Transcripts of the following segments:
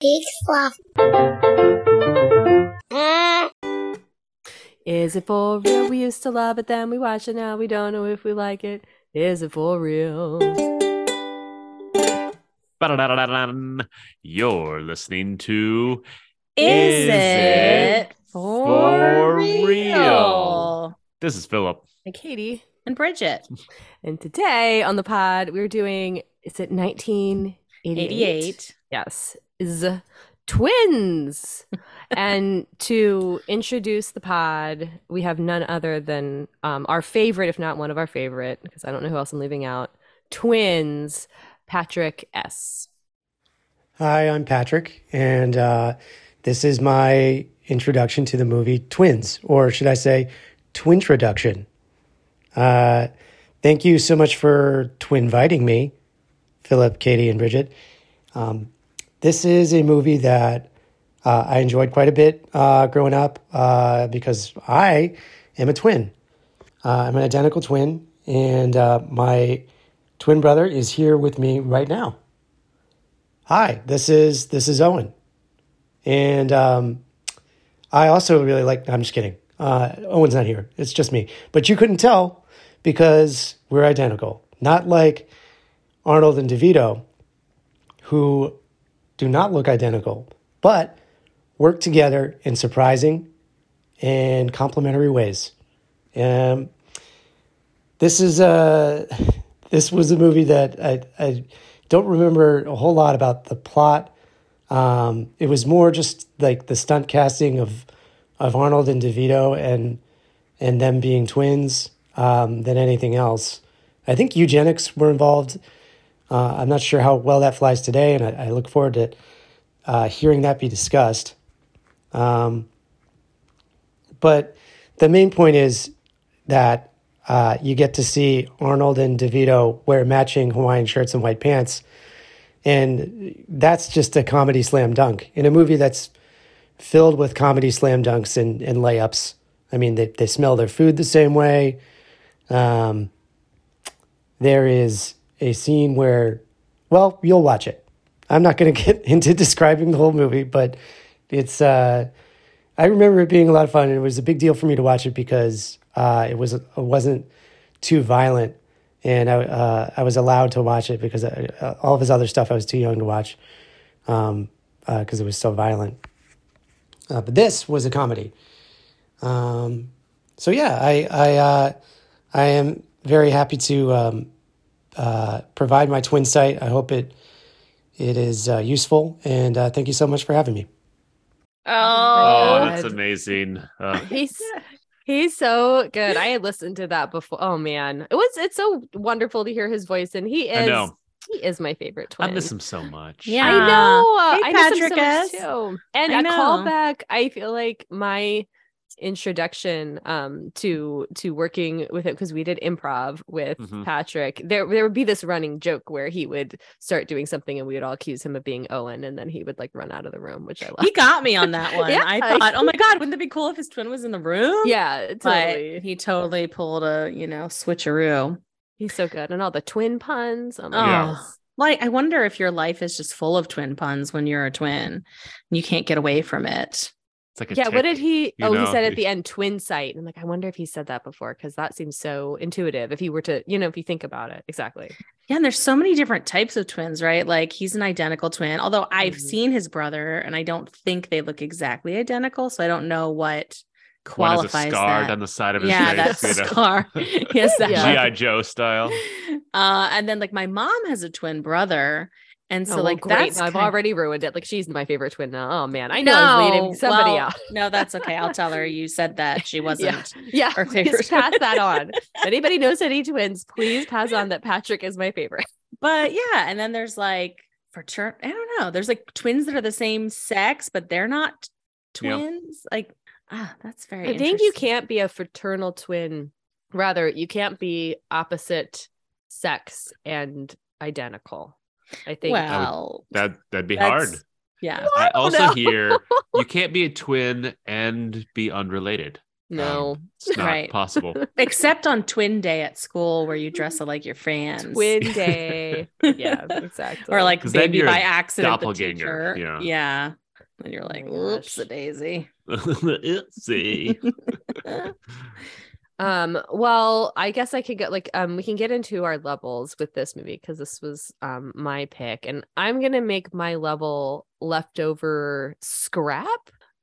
Big sloth. Mm. Ah, Is it for real? We used to love it then. We watch it now. We don't know if we like it. Is it for real? Ba-da-da-da-da-dun. You're listening to Is, Is it For, For real? Real? This is Philip. And Katie. And Bridget, And today on the pod, we're doing, is it 1988? 88. Yes. Is twins. and to introduce the pod, we have none other than um, our favorite, if not one of our favorite, because I don't know who else I'm leaving out, twins, Patrick S. Hi, I'm Patrick, and uh, this is my introduction to the movie Twins, or should I say, Twin Introduction. Uh, thank you so much for twin inviting me, Philip, Katie, and Bridget. Um, this is a movie that uh, I enjoyed quite a bit uh, growing up uh, because I am a twin. Uh, I'm an identical twin, and uh, my twin brother is here with me right now hi this is this is owen and um, i also really like i'm just kidding uh, owen's not here it's just me but you couldn't tell because we're identical not like arnold and devito who do not look identical but work together in surprising and complementary ways um, this is uh this was a movie that I, I don't remember a whole lot about the plot. Um, it was more just like the stunt casting of of Arnold and DeVito and and them being twins um, than anything else. I think eugenics were involved. Uh, I'm not sure how well that flies today, and I, I look forward to uh, hearing that be discussed. Um, but the main point is that uh, you get to see Arnold and DeVito wear matching Hawaiian shirts and white pants. And that's just a comedy slam dunk in a movie that's filled with comedy slam dunks and, and layups. I mean, they, they smell their food the same way. Um, there is a scene where, well, you'll watch it. I'm not going to get into describing the whole movie, but it's. Uh, I remember it being a lot of fun, and it was a big deal for me to watch it because uh, it was it wasn't too violent, and I uh, I was allowed to watch it because I, uh, all of his other stuff I was too young to watch, because it was so violent. Uh, but this was a comedy, um, so yeah, I I uh, I am very happy to um, uh, provide my twin site. I hope it it is uh, useful, and uh, thank you so much for having me. Oh, Oh, God. that's amazing. Uh, He's he's so good. I had listened to that before. Oh man, it was it's so wonderful to hear his voice, and he I is know. he is my favorite I twin. miss him so much. Yeah. I know. uh, Hey, I miss him so Patrick much S. too. And I a know. callback. I feel like my introduction um to to working with him because we did improv with Mhm. Patrick. There there would be this running joke where he would start doing something and we would all accuse him of being Owen and then he would like run out of the room, which I love. he got me on that one. Yeah. I thought, oh my God, wouldn't it be cool if his twin was in the room? yeah, But totally. he totally pulled a, you know, switcheroo. He's so good. And all the twin puns. Oh, my Yeah. goodness. Like, I wonder if your life is just full of twin puns when you're a twin and you can't get away from it. It's like a yeah what tick. did he you oh he know, said at he- the end twin sight and i'm like i wonder if he said that before because that seems so intuitive if he were to you know if you think about it exactly Yeah, and there's so many different types of twins, right? Like he's an identical twin, although I've Mhm. seen his brother and I don't think they look exactly identical. So I don't know what One has a qualifies scar that. down the side of his yeah, face. that you know? scar. yes, that Yeah. GI Joe style. Uh, and then like my mom has a twin brother, and so Oh, well, like great. that's i've kind- already ruined it like she's my favorite twin now oh man i know i'm leading No, somebody well, out no, that's okay. I'll tell her you said that she wasn't. yeah our just favorite. pass that on if anybody knows any twins please pass on that patrick is my favorite But yeah, and then there's like fraternity. I don't know. There's like twins that are the same sex, but they're not Yeah. twins. Like ah, that's very. i think you interesting. can't be a fraternal twin rather you can't be opposite sex and identical i think Well, That that'd be That's- hard. yeah. I I don't also know. hear you can't be a twin and be unrelated. Um, No. It's not Right. possible. Except on twin day at school where you dress up like your friends. Twin day. yeah, exactly. or like 'Cause then baby you're by a accident. the doppelganger, teacher. yeah. Yeah. And you're like, Oh my oops, a gosh. daisy. Oopsie. Um, well, I guess I could get like um we can get into our levels with this movie because this was um my pick and I'm gonna make my level leftover scrap.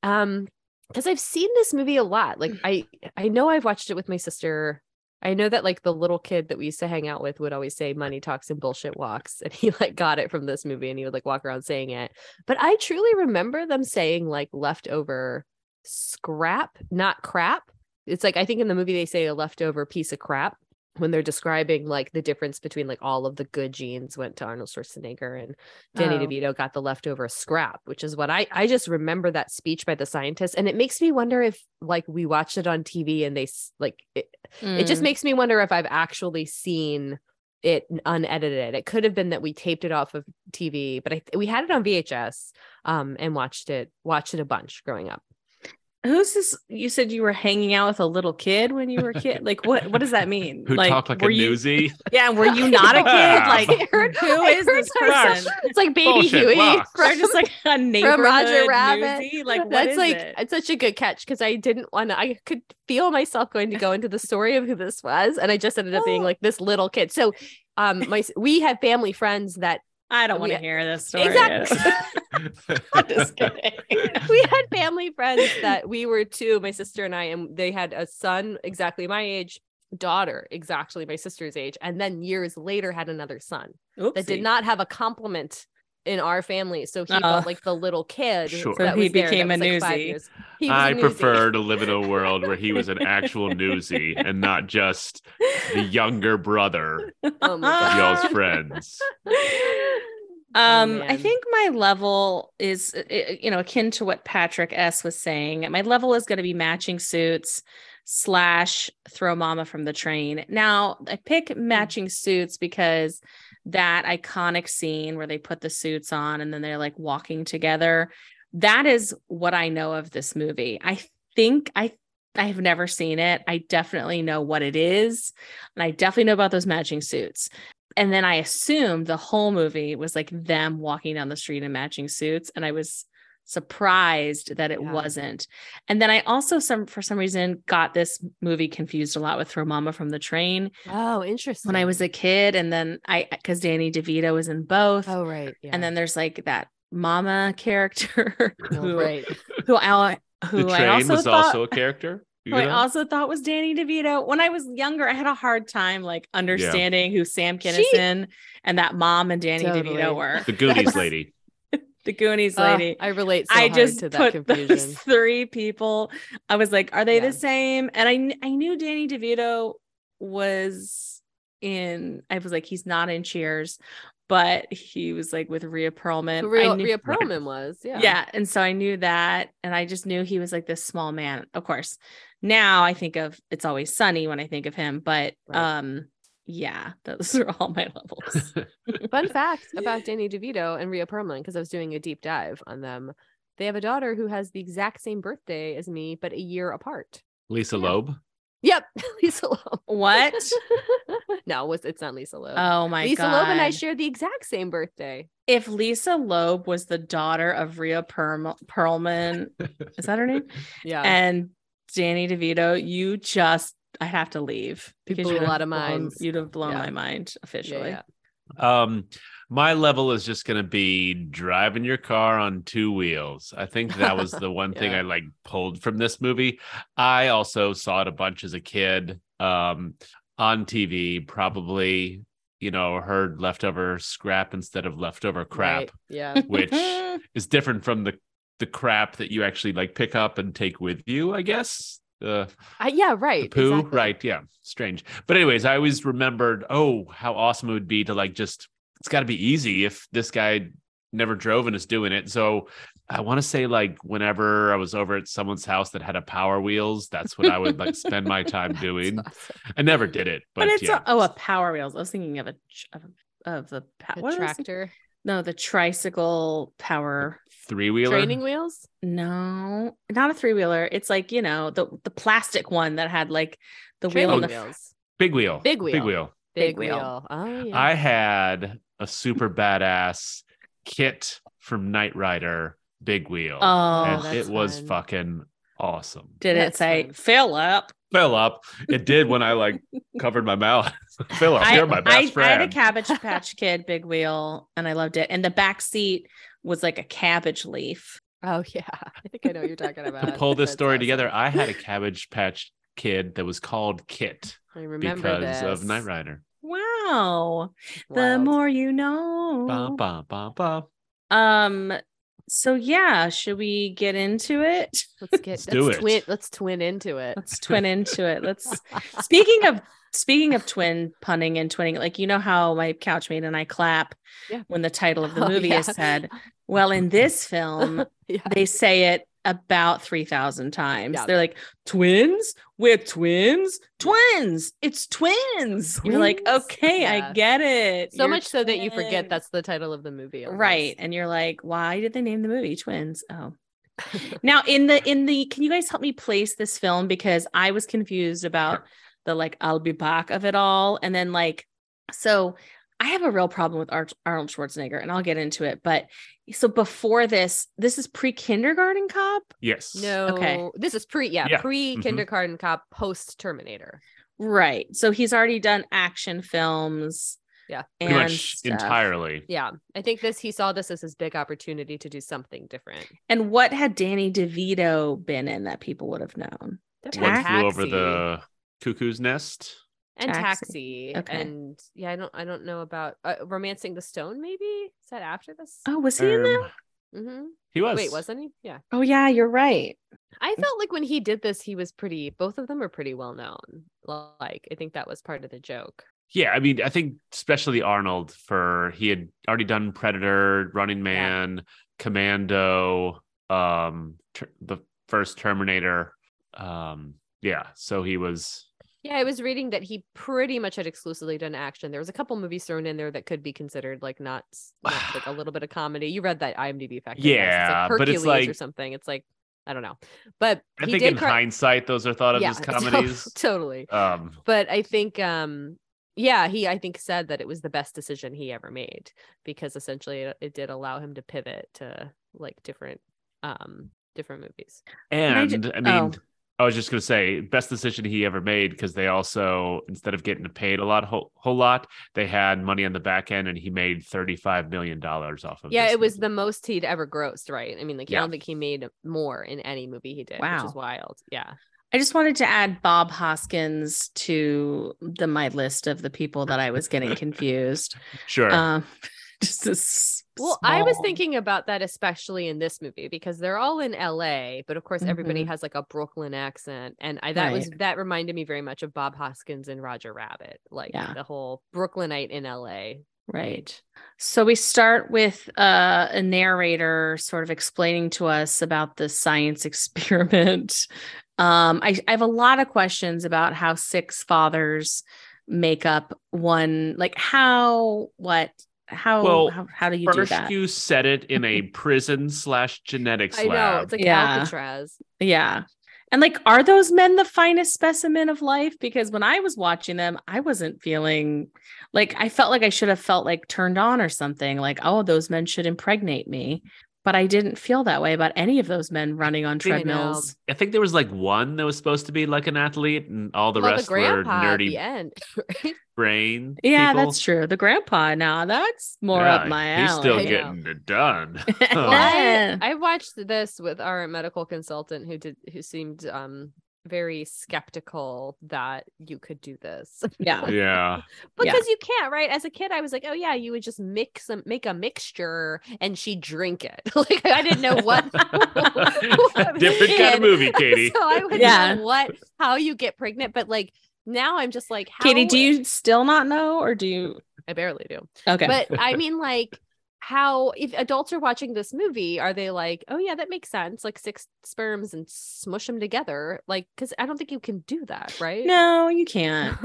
Um because I've seen this movie a lot. Like I I know I've watched it with my sister. I know that like the little kid that we used to hang out with would always say money talks and bullshit walks and he like got it from this movie and he would like walk around saying it. But I truly remember them saying like leftover scrap, not crap it's like I think in the movie they say a leftover piece of crap when they're describing like the difference between like all of the good genes went to Arnold Schwarzenegger and Danny Oh. DeVito got the leftover scrap, which is what I I just remember that speech by the scientist and it makes me wonder if like we watched it on TV and they s- like it, it Mm. just makes me wonder if I've actually seen it unedited. It could have been that we taped it off of TV, but I, we had it on VHS um and watched it watched it a bunch growing up. Who's this? You said you were hanging out with a little kid when you were a kid. Like, what? What does that mean? Who talked like a were you? newsie? Yeah, were you not a kid? Yeah. Like, who I is heard this that. person? It's like Baby Bullshit Huey. rocks. from- They're just like a neighborhood Roger Rabbit. newsie? Like, what that's is like it? it's such a good catch because I didn't want to. I could feel myself going to go into the story of who this was, and I just ended up being Oh. like this little kid. So, um, my s- we have family friends that I don't want to we- hear this story. Exactly. I'm just kidding. we had family friends that we were two, my sister and I, and they had a son exactly my age, daughter exactly my sister's age, and then years later had another son that did Oopsie. not have a compliment in our family, so he Oh. felt like the little kid. Uh, Sure. So that he was there that became a was, like, five newsie. years- He was a I newsie. prefer to live in a world where he was an actual newsie and not just the younger brother Oh my of God. y'all's friends. Um, I man. think my level is, uh, uh, you know, akin to what Patrick S was saying. My level is going to be matching suits slash throw mama from the train. Now, I pick matching suits because that iconic scene where they put the suits on and then they're like walking together. That is what I know of this movie. I think I I have never seen it. I definitely know what it is, and I definitely know about those matching suits. And then I assumed the whole movie was like them walking down the street in matching suits, and I was surprised that it Yeah. wasn't. And then I also some for some reason got this movie confused a lot with Throw Mama from the Train Oh, interesting. when I was a kid, and then I because Danny DeVito was in both, oh right, yeah. and then there's like that Mama character oh, who right. who I The who I train also was thought also a character. you who I know? also thought was Danny DeVito. When I was younger, I had a hard time like understanding who Sam She- Kinison and that mom and Danny Totally. DeVito were. the Goonies lady. The Goonies Ah, lady. I relate. So I hard just to that put confusion. those three people. I was like, are they Yeah. the same? And I kn- I knew Danny DeVito was in. I was like, he's not in Cheers, but he was like with Rhea Perlman. The I real knew- Rhea Perlman was, yeah. yeah. And so I knew that. And I just knew he was like this small man. Of course, now I think of it's always sunny when I think of him, but Right. um, yeah, those are all my levels. Fun fact about Danny DeVito and Rhea Perlman, because I was doing a deep dive on them. They have a daughter who has the exact same birthday as me, but a year apart. Lisa Yeah. Loeb. Yep, Lisa Loeb. what? no, it's, it's not Lisa Loeb. Oh my Lisa god. Loeb and I share the exact same birthday. if Lisa Loeb was the daughter of Rhea Perm- Perlman, is that her name? Yeah, and Danny DeVito, you just I'd have to leave You you'd blew a have lot of blown- minds. You'd have blown Yeah. my mind yeah, officially. yeah. Um, my level is just gonna be driving your car on two wheels. I think that was the one thing Yeah. I like pulled from this movie. I also saw it a bunch as a kid, um, on TV. Probably, you know, heard leftover scrap instead of leftover crap, Right, Yeah, which is different from the the crap that you actually like pick up and take with you. I guess Uh, the I, yeah, the right. poo exactly. right yeah strange but anyways i always remembered oh how awesome it would be to like just it's got to be easy if this guy never drove and is doing it so i want to say like whenever i was over at someone's house that had a power wheels that's what i would like spend my time doing That's awesome. i never did it but, but it's oh, yeah a, oh a power wheels. I was thinking of a ch- of, a- of the pa- A what was it? tractor. No, the tricycle power. Three wheeler. Training wheels? No, not a three wheeler. It's like you know the the plastic one that had like the wheel Training on the wheels. Big wheel. Big wheel. Big wheel. Big Big wheel. wheel. Oh yeah. I had a super badass kit from Knight Rider Big Wheel. oh and that's it was fun. fucking awesome. did it That's say fun. fill up? Fell up. It did when I like covered my mouth. Philip, I, you're my best I, I friend. had a Cabbage Patch Kid Big Wheel, and I loved it. And the back seat was like a cabbage leaf. oh yeah. I think I know what you're talking about. to pull this That's story awesome. together, I had a Cabbage Patch Kid that was called Kit I remember because of Knight Rider. Wow, the Wild. more you know. Ba, ba, ba, ba. Um. So yeah, should we get into it? Let's get Let's let's, do it. twin let's twin into it. Let's twin into it. Let's. Speaking of speaking of twin punning and twinning, like you know how my couchmate and I clap Yeah. when the title of the Oh, movie yeah. is said. Well, in this film, Yeah. they say it about 3,000 times. Yeah. They're like, twins? We're twins? Twins! It's twins! You're like, Twins? okay, I Yes. get it. So You're much so that you forget twins." that's the title of the movie. almost. Right. And you're like, why did they name the movie Twins? Oh. now in the in the can you guys help me place this film because I was confused about the like I'll be back of it all and then like so I have a real problem with Ar- Arnold Schwarzenegger and I'll get into it but so before this this is pre-kindergarten cop Yes. No. Okay. This is pre yeah, Yeah. Mm-hmm. pre kindergarten cop post Terminator. right so he's already done action films Yeah. Pretty and much stuff. entirely. Yeah. I think this he saw this as his big opportunity to do something different. and what had Danny DeVito been in that people would have known One Taxi. flew over the cuckoo's nest. and taxi, Taxi. Okay. and yeah i don't i don't know about uh, romancing the stone maybe is that after this oh was he in that Um, hmm He was. wait wasn't he yeah oh yeah you're right i felt like when he did this he was pretty both of them are pretty well known like i think that was part of the joke Yeah, I mean, I think especially Arnold for he had already done Predator, Running Man, Commando, um, ter- the first Terminator. Um, yeah, so he was. yeah i was reading that he pretty much had exclusively done action there was a couple movies thrown in there that could be considered like not, s- not, like a little bit of comedy you read that imdb fact I guess. Yeah, it's like but it's hercules or like- something it's like i don't know but I he think did in car- hindsight, those are thought of yeah, as comedies. totally um, but I think um yeah, he I think said that it was the best decision he ever made because essentially it, it did allow him to pivot to like different um different movies. And I and ju- I, mean, oh. I was just gonna say, best decision he ever made because they also instead of getting paid a lot, whole, whole lot, they had money on the back end, and he made thirty five million dollars off of. Yeah, this it was movie. the most he'd ever grossed, right? I mean, like I Yeah. don't think he made more in any movie he did, which Wow. is wild. Yeah. I just wanted to add Bob Hoskins to the my list of the people that I was getting confused. sure. Um, just this. Well, I was small- thinking about that especially in this movie because they're all in LA, but of course everybody Mm-hmm. has like a Brooklyn accent, and I that was that reminded me very much of Bob Hoskins and Roger Rabbit, like Yeah. the whole Brooklynite in LA right. So we start with uh, a narrator sort of explaining to us about the science experiment. Um, I, I have a lot of questions about how six fathers make up one, like how, what, how, Well, how, how do you do First, that? you said it in a prison slash genetics I lab. know it's like Yeah. Alcatraz. Yeah. And like, are those men the finest specimen of life? Because when I was watching them, I wasn't feeling like I felt like I should have felt like turned on or something. Like, oh, those men should impregnate me. But I didn't feel that way about any of those men running on They know. treadmills. I think there was like one that was supposed to be like an athlete, and all the well, rest the were grandpa at nerdy the end. right? brain. Yeah, people. that's true. The grandpa now, that's more Yeah, up my He's alley. still I know. getting it done. Oh, Well, I, Yeah. I watched this with our medical consultant who did who seemed um very skeptical that you could do this yeah. yeah. Yeah. because you can't right as a kid i was like oh yeah you would just mix some make a mixture and she drink it like i didn't know what, what Different kind of and movie, Katie. so i would Yeah. know what how you get pregnant but like now i'm just like how Katie, do you still not know or do you? i barely do Okay. But I mean, like, how if adults are watching this movie, are they like, oh yeah, that makes sense? Like six sperms and smush them together, like because I don't think you can do that, right? no, you can't.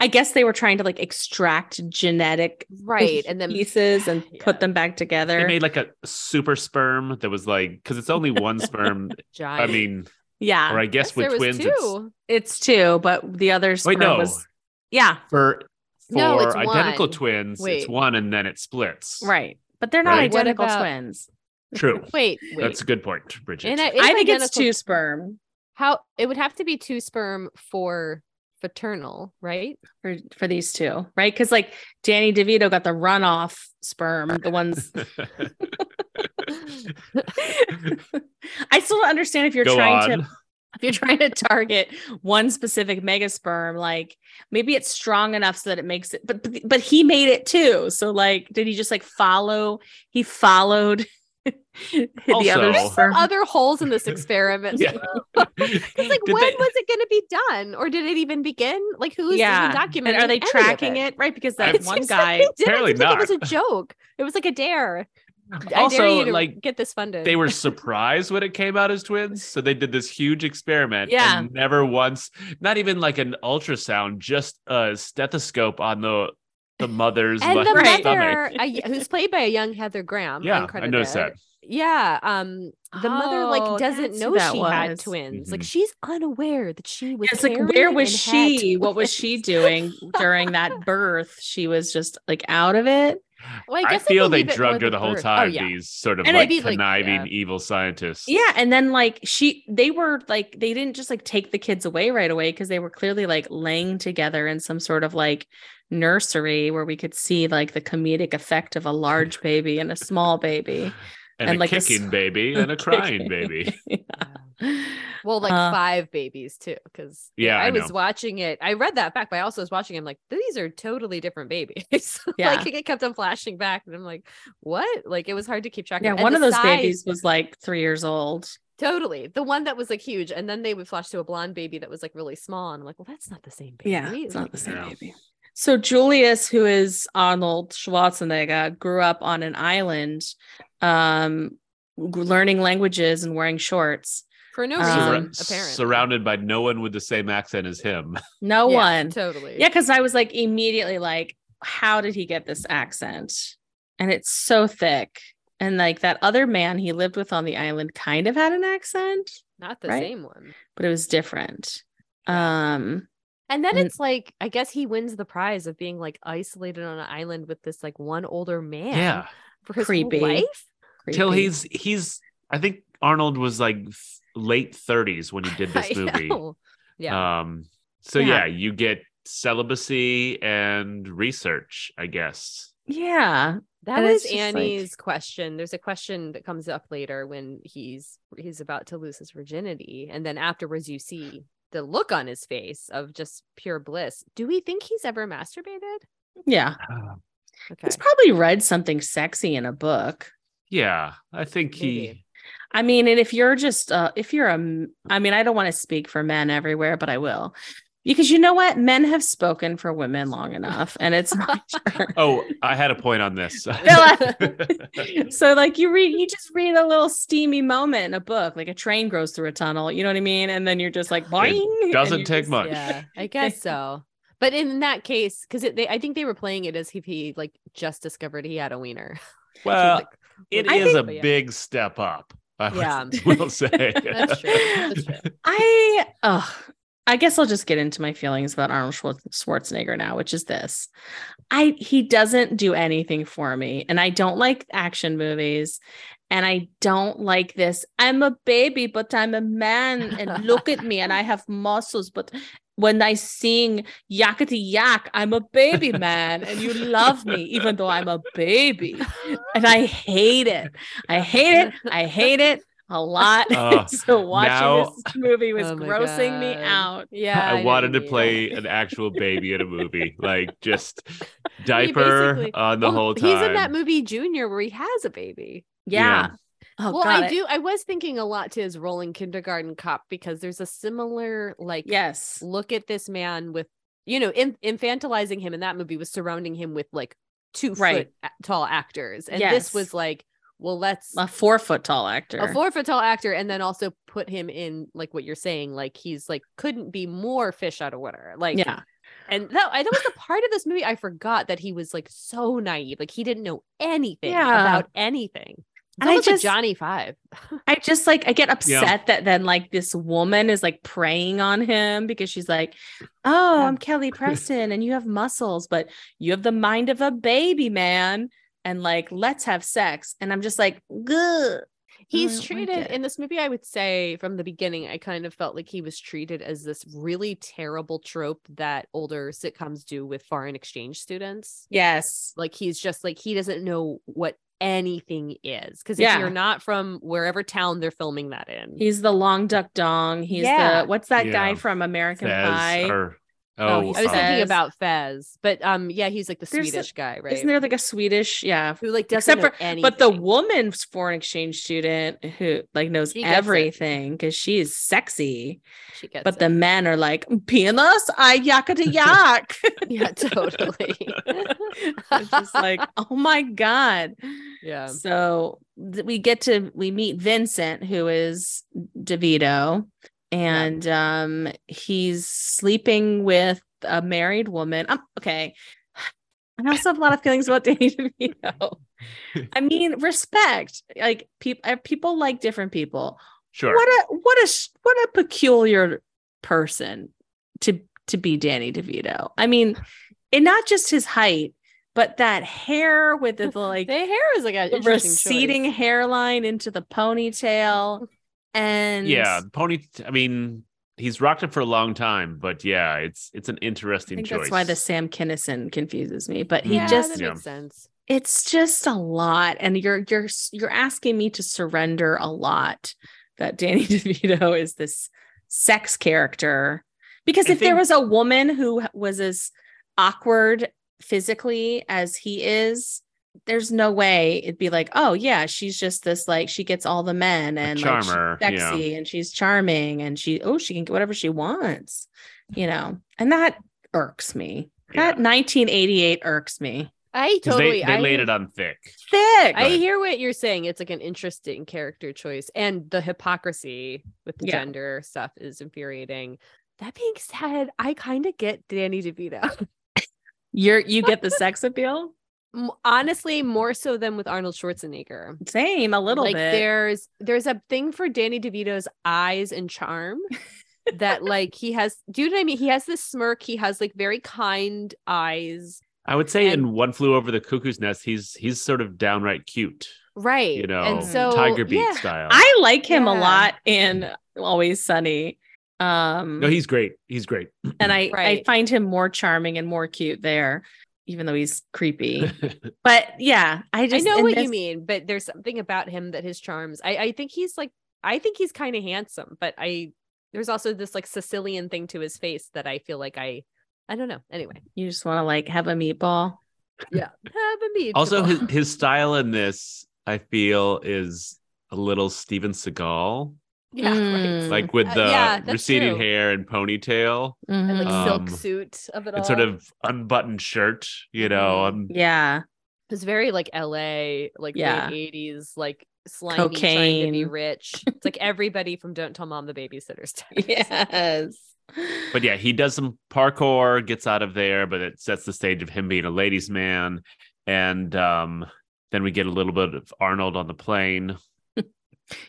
I guess they were trying to like extract genetic right and then pieces and put them back together. They made like a super sperm that was like because it's only one sperm. I giant. mean, yeah, or I guess Uh, there with was twins, two. it's it's two, but the other sperm wait no was yeah, for for No, it's identical one. twins, it's Wait. one and then it splits. right. But they're not Right. What identical about- twins. True. wait wait That's a good point, Bridget. And I, I think it's identical- two sperm How it would have to be two sperm for fraternal, right? for for these two, right? Because like Danny DeVito got the runoff sperm, the ones I still don't understand if you're Go trying on. to if you're trying to target one specific megasperm, like maybe it's strong enough so that it makes it, but but- but he made it too. So like, did he just like follow? He followed the other Also- sperm. Other holes in this experiment. Oh. yeah. It's like when was it going to be done, or did it even begin? Like who's Yeah. even documenting? And are they any of tracking it? Right, because that It's one just guy. They did. Apparently I didn't think not. It was a joke. It was like a dare. I dare also you to like get this funded. they were surprised when it came out as twins, so they did this huge experiment. Yeah. and never once, not even like an ultrasound, just a stethoscope on the the mother's and the left Right. mother, um, stomach. I- who's played by a young Heather Graham. Yeah, I noticed uncredited. that. Yeah. Um, the mother Oh, like that's doesn't who know that she had was. twins. Like Mhm. she's unaware that she was. It's like, where carrying was and had she? What was twins. she doing during that birth? She was just like out of it. Well, I, guess feel they believe it drugged for her the whole birth. time. Oh, yeah. These sort of And like maybe, like, conniving yeah. evil scientists. Yeah, and then like she, they were like they didn't just like take the kids away right away because they were clearly like laying together in some sort of like nursery where we could see like the comedic effect of a large baby and a small baby. and, and a like a s- kicking baby and a crying baby. Well, like Uh, five babies too, because Yeah, I, I was know. watching it. I read that back, but I also was watching. I'm like, these are totally different babies. Yeah. like it kept on flashing back, and I'm like, what? Like it was hard to keep track. Yeah, of. And one the of those size- babies was like three years old. Totally. The one that was like huge. And then they would flash to a blonde baby that was like really small. And I'm like, well, that's not the same baby. it's not the same Yeah. baby. So Julius, who is Arnold Schwarzenegger, grew up on an island, um, g- learning languages and wearing shorts. For Oh, no Um, reason, Surra- apparently. surrounded by no one with the same accent as him. No Yeah, one, Totally. yeah, because I was like immediately like, how did he get this accent? And it's so thick. And like that other man he lived with on the island kind of had an accent, Not the right? same one. but it was different. Um, And then And- it's like, I guess he wins the prize of being like isolated on an island with this like one older man. Yeah. For his Creepy. Whole life. Till creepy. he's he's I think Arnold was like f- late 30s when he did I this movie. know. Yeah. Um so yeah. Yeah. you get celibacy and research, I guess. yeah, that and was it's just, like- Annie's question. There's a question that comes up later when he's he's about to lose his virginity. And then afterwards you see the look on his face of just pure bliss. Do we think he's ever masturbated? yeah. Okay. He's probably read something sexy in a book. Yeah, I think Maybe. he I mean, and if you're just, uh, if you're a, m- I mean, I don't want to speak for men everywhere, but I will. Because you know what? Men have spoken for women long enough, and it's my turn. Oh, I had a point on this. so, like, you read, you just read a little steamy moment in a book, like a train goes through a tunnel, you know what I mean? And then you're just like, boing. and doesn't you take just- much. Yeah, I guess so. But in that case, because they, I think they were playing it as if he like just discovered he had a wiener. well, Like, Uh, it I is think- a yeah. big step up. I Yeah. will will say. That's true. That's true. I oh, I guess I'll just get into my feelings about Arnold Schwar- Schwarzenegger now, which is this. I he doesn't do anything for me and I don't like action movies and I don't like this. I'm a baby but I'm a man and look at me and I have muscles but when I sing yakety yak, I'm a baby man and you love me even though I'm a baby. And I hate it. I hate it. I hate it a lot. Oh, so watching now- this movie was Oh my grossing me God. out. Yeah, I, know wanted you to mean. play an actual baby in a movie, like just He diaper basically- on the Well, whole time. He's in that movie Junior where he has a baby. Yeah. Yeah. Oh well, God. I do. I was thinking a lot to his role in Kindergarten Cop because there's a similar like Yes. look at this man with you know in, infantilizing him in that movie was surrounding him with like two Right. foot a- tall actors and Yes. this was like well let's A four foot tall actor. a four foot tall actor and then also put him in like what you're saying like he's like couldn't be more fish out of water like yeah. And that, I- that was the part of this movie I forgot that he was like so naive. Like he didn't know anything Yeah. about anything. It's And I almost like just- Johnny Five. I just like I get upset that then like this woman is like preying on him because she's like, "Oh, Yeah. I'm Kelly Preston and you have muscles, but you have the mind of a baby man and like let's have sex." And I'm just like, "Gah." He's don't like treated it. in this movie, I would say from the beginning, I kind of felt like he was treated as this really terrible trope that older sitcoms do with foreign exchange students. Yes. Like he's just like he doesn't know what anything is. Because if Yeah. you're not from wherever town they're filming that in. He's the long duck dong. He's Yeah. the what's that guy Yeah. from American Fez Pie? or- Oh, oh, he I was uh, said- thinking Fez. about Fez, but um, yeah, he's like the There's a- Swedish guy, right? Isn't there like a Swedish? Yeah. Who like doesn't Except know for- anything. But the woman's foreign exchange student who like knows She gets it. everything because she is sexy. she gets but it. the men are like penis i yakata yak yeah, totally. it's just like oh my god yeah, so th- we get to we meet vincent who is devito and um he's sleeping with a married woman i okay and I also have a lot of feelings about Danny DeVito. I mean, respect. Like people, people like different people sure. what a what a sh- what a peculiar person to to be Danny DeVito. I mean, and not just his height, but that hair with the, the, like the hair is like an the interesting receding choice. hairline into the ponytail, and yeah, pony. I mean, he's rocked it for a long time, but yeah, it's it's an I interesting think choice. that's why the Sam Kinison confuses me. But he yeah, just that Yeah. makes sense. it's just a lot and you're you're you're asking me to surrender a lot that Danny DeVito is this sex character because I if there think- was a woman who was as awkward physically as he is there's no way it'd be like oh yeah she's just this like she gets all the men and like, she's charmer, yeah. sexy and she's charming and she oh she can get whatever she wants you know and that irks me that 1988 irks me I 'Cause totally. they, they I, laid it on thick. thick. I hear what you're saying. It's like an interesting character choice, and the hypocrisy with the Yeah. gender stuff is infuriating. That being said, I kind of get Danny DeVito. You're you get the sex appeal? M- Honestly, more so than with Arnold Schwarzenegger. Same, a little like bit. there's there's a thing for Danny DeVito's eyes and charm that like he has do you know what I mean? He has this smirk, he has like very kind eyes. I would say And- in One Flew Over the Cuckoo's Nest, he's he's sort of downright cute, Right. you know, and so Tiger Beat yeah, style. I like him a Yeah. lot in Always Sunny. Um no, he's great. He's great. and I I Right. find him more charming and more cute there, even though he's creepy. but yeah, I I just know in what you this- mean, but there's something about him that his charms. I, I think he's like I think he's kind of handsome, but I there's also this like Sicilian thing to his face that I feel like I I don't know. Anyway, You just want to like have a meatball. have a meatball. also, his his style in this, I feel, is a little Steven Seagal, yeah, right. Mm. like with Uh, the yeah, that's receding true. hair and ponytail. and like Mhm. Um, silk suit of it all. and sort of unbuttoned shirt, you know, Mhm. Mm-hmm. um, yeah. It was very like LA, like Yeah. late 80s, like slimy, trying to be Cocaine. rich. It's like everybody from Don't Tell Mom the Babysitter's Test. Yes. but yeah, he does some parkour, gets out of there, but it sets the stage of him being a ladies' man, and um, then we get a little bit of Arnold on the plane.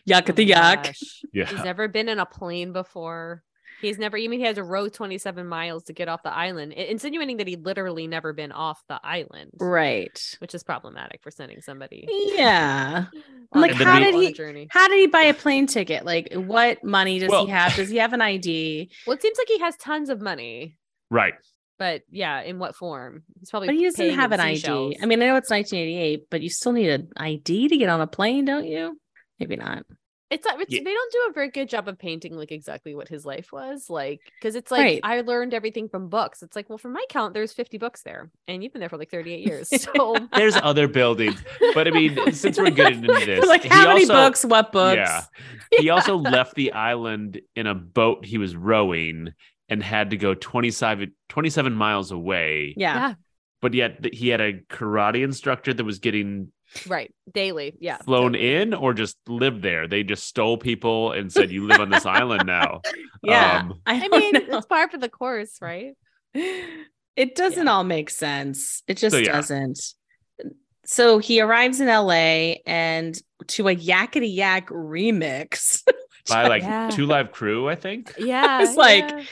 Yuck at the Oh my yuck. gosh. He's Yeah, never been in a plane before. He's never, you mean he had to row 27 miles to get off the island, i- insinuating that he literally never been off the island, Right. which is problematic for sending somebody. Yeah. on like, a- how on did a he- Journey. How did he buy a plane ticket? Like, what money does Well- he have? Does he have an ID? Well, it seems like he has tons of money, right. but yeah, in what form? He's probably. But he doesn't paying have in an ID. seashells. I mean, I know it's 1988, but you still need an ID to get on a plane, don't you? Maybe not. it's, not, it's Yeah. they don't do a very good job of painting like exactly what his life was like because it's like Right. i learned everything from books it's like well from my count there's 50 books there and you've been there for like 38 years so There's other buildings, but I mean, since we're getting into this, like, he how many also- books? What books? Yeah, he also left the island in a boat he was rowing and had to go 27, 27 miles away. Yeah. Yeah. But yet th- he had a karate instructor that was getting right daily yeah flown daily. in or just lived there. They just stole people and said, "You live on this island now." Yeah. Um, I, i don't mean know. it's part of the course right It doesn't all make sense. It just So, yeah. doesn't. So he arrives in LA and to a yakety yak remix. by like Yeah. two live crew, I think. Yeah. was like, yeah.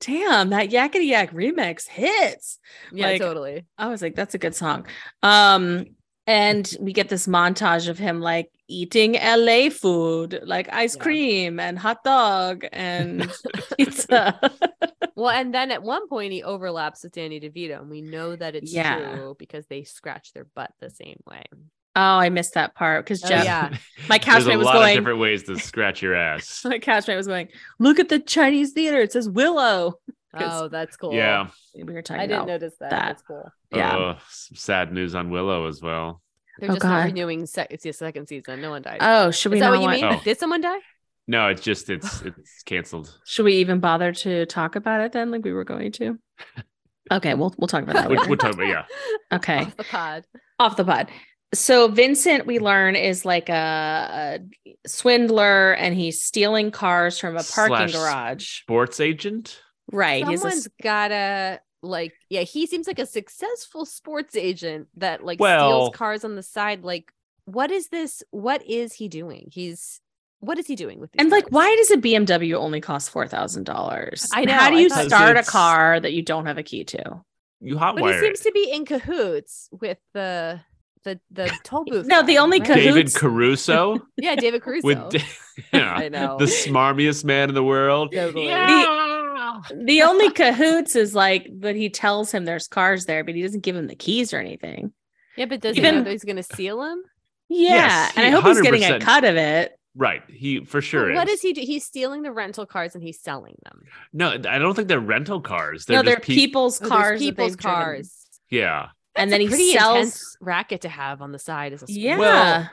Damn, that yakety yak remix hits. Yeah, like- totally. I was like, that's a good song. Um, and we get this montage of him like eating LA food, like ice Yeah. cream and hot dog and pizza. Well, and then at one point he overlaps with Danny DeVito, and we know that it's Yeah. true because they scratch their butt the same way. Oh, I missed that part because Oh, Jeff, yeah. my There's a castmate was lot of going. different ways to scratch your ass. my castmate was going. Look at the Chinese theater. It says Willow. 'Cause- Oh, that's cool. Yeah. We were talking. I, didn't about- notice that. that. That's cool. Yeah. Ugh, some sad news on Willow as well. They're Oh, just not God. renewing sec- it's the second season. No one died. oh, should we? Is that not Uh, what you want- mean? Oh. Did someone die? No, it's just it's it's canceled. Should we even bother to talk about it then? Like we were going to. Okay, we'll we'll talk about that. We're, later. we're talking about yeah. Okay. Off the pod. off the pod. So Vincent, we learn, is like a, a swindler, and he's stealing cars from a parking Slash- garage. Sports agent. Right? He's a, Someone's s- gotta like yeah, he seems like a successful sports agent that like Well- steals cars on the side. Like, what is this? What is he doing? He's what is he doing with these and like, cars? why does a BMW only cost four thousand dollars? I know, How do I you thought- start a It's- car that you don't have a key to? You But hotwire he seems it. to be in cahoots with the the the toll booth. No, the guy, only right? cahoot- David Cahoots. Caruso yeah, David Caruso. with yeah, I know. the smarmiest man in the world. Totally. Yeah. The only cahoots is like that he tells him there's cars there, but he doesn't give him the keys or anything. yeah, but does he Even- know that he's gonna steal him? Yeah, Yes, and I he- hope he's getting a 100%. cut of it. Right. He for But sure What is. does he do? He's stealing the rental cars and he's selling them. No, I don't think they're rental cars. They're no, just they're pe- people's Oh, there's cars. that people's they've driven. cars. Yeah. That's and then a he pretty sells. intense racket to have on the side as a sport. Yeah. Well,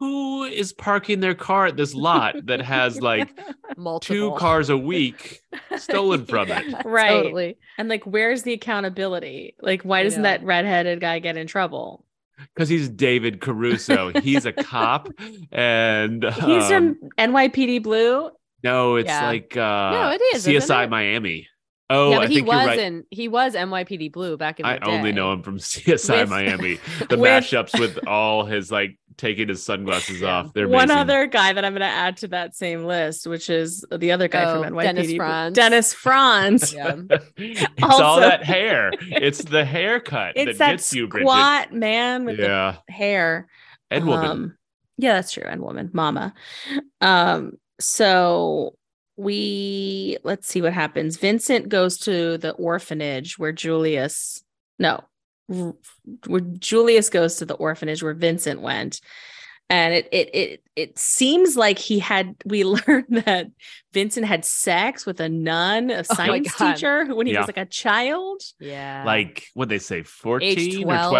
Who is parking their car at this lot that has like two multiple cars a week stolen from it? Right. Totally. And like, where's the accountability? Like, why I doesn't know. that redheaded guy get in trouble? Because he's David Caruso. He's a cop. And He's um, from NYPD Blue. no, it's Yeah. like uh it is, isn't CSI it? Miami. Oh, yeah, I but he think you're was right. in he was NYPD Blue back in the I only day. know him from CSI With- Miami. The With- mashups with all his like taking his sunglasses Yeah. off. Oh, They're One amazing. other guy that I'm going to add to that same list, which is the other guy Oh, from NYPD Dennis Blue. Franz. Dennis Franz. Yeah. it's all Also- that hair. It's the haircut that It's that gets you, Bridget. squat man with Yeah, the hair and woman. Um, yeah, that's true. And woman, mama. Um, so we let's see what happens. Vincent goes to the orphanage where Julius, no, r- where Julius goes to the orphanage where Vincent went. And it it it it seems like he had we learned that Vincent had sex with a nun, a science God. teacher who when he Oh Yeah. was like a child. Yeah. like what they say, fourteen or 12?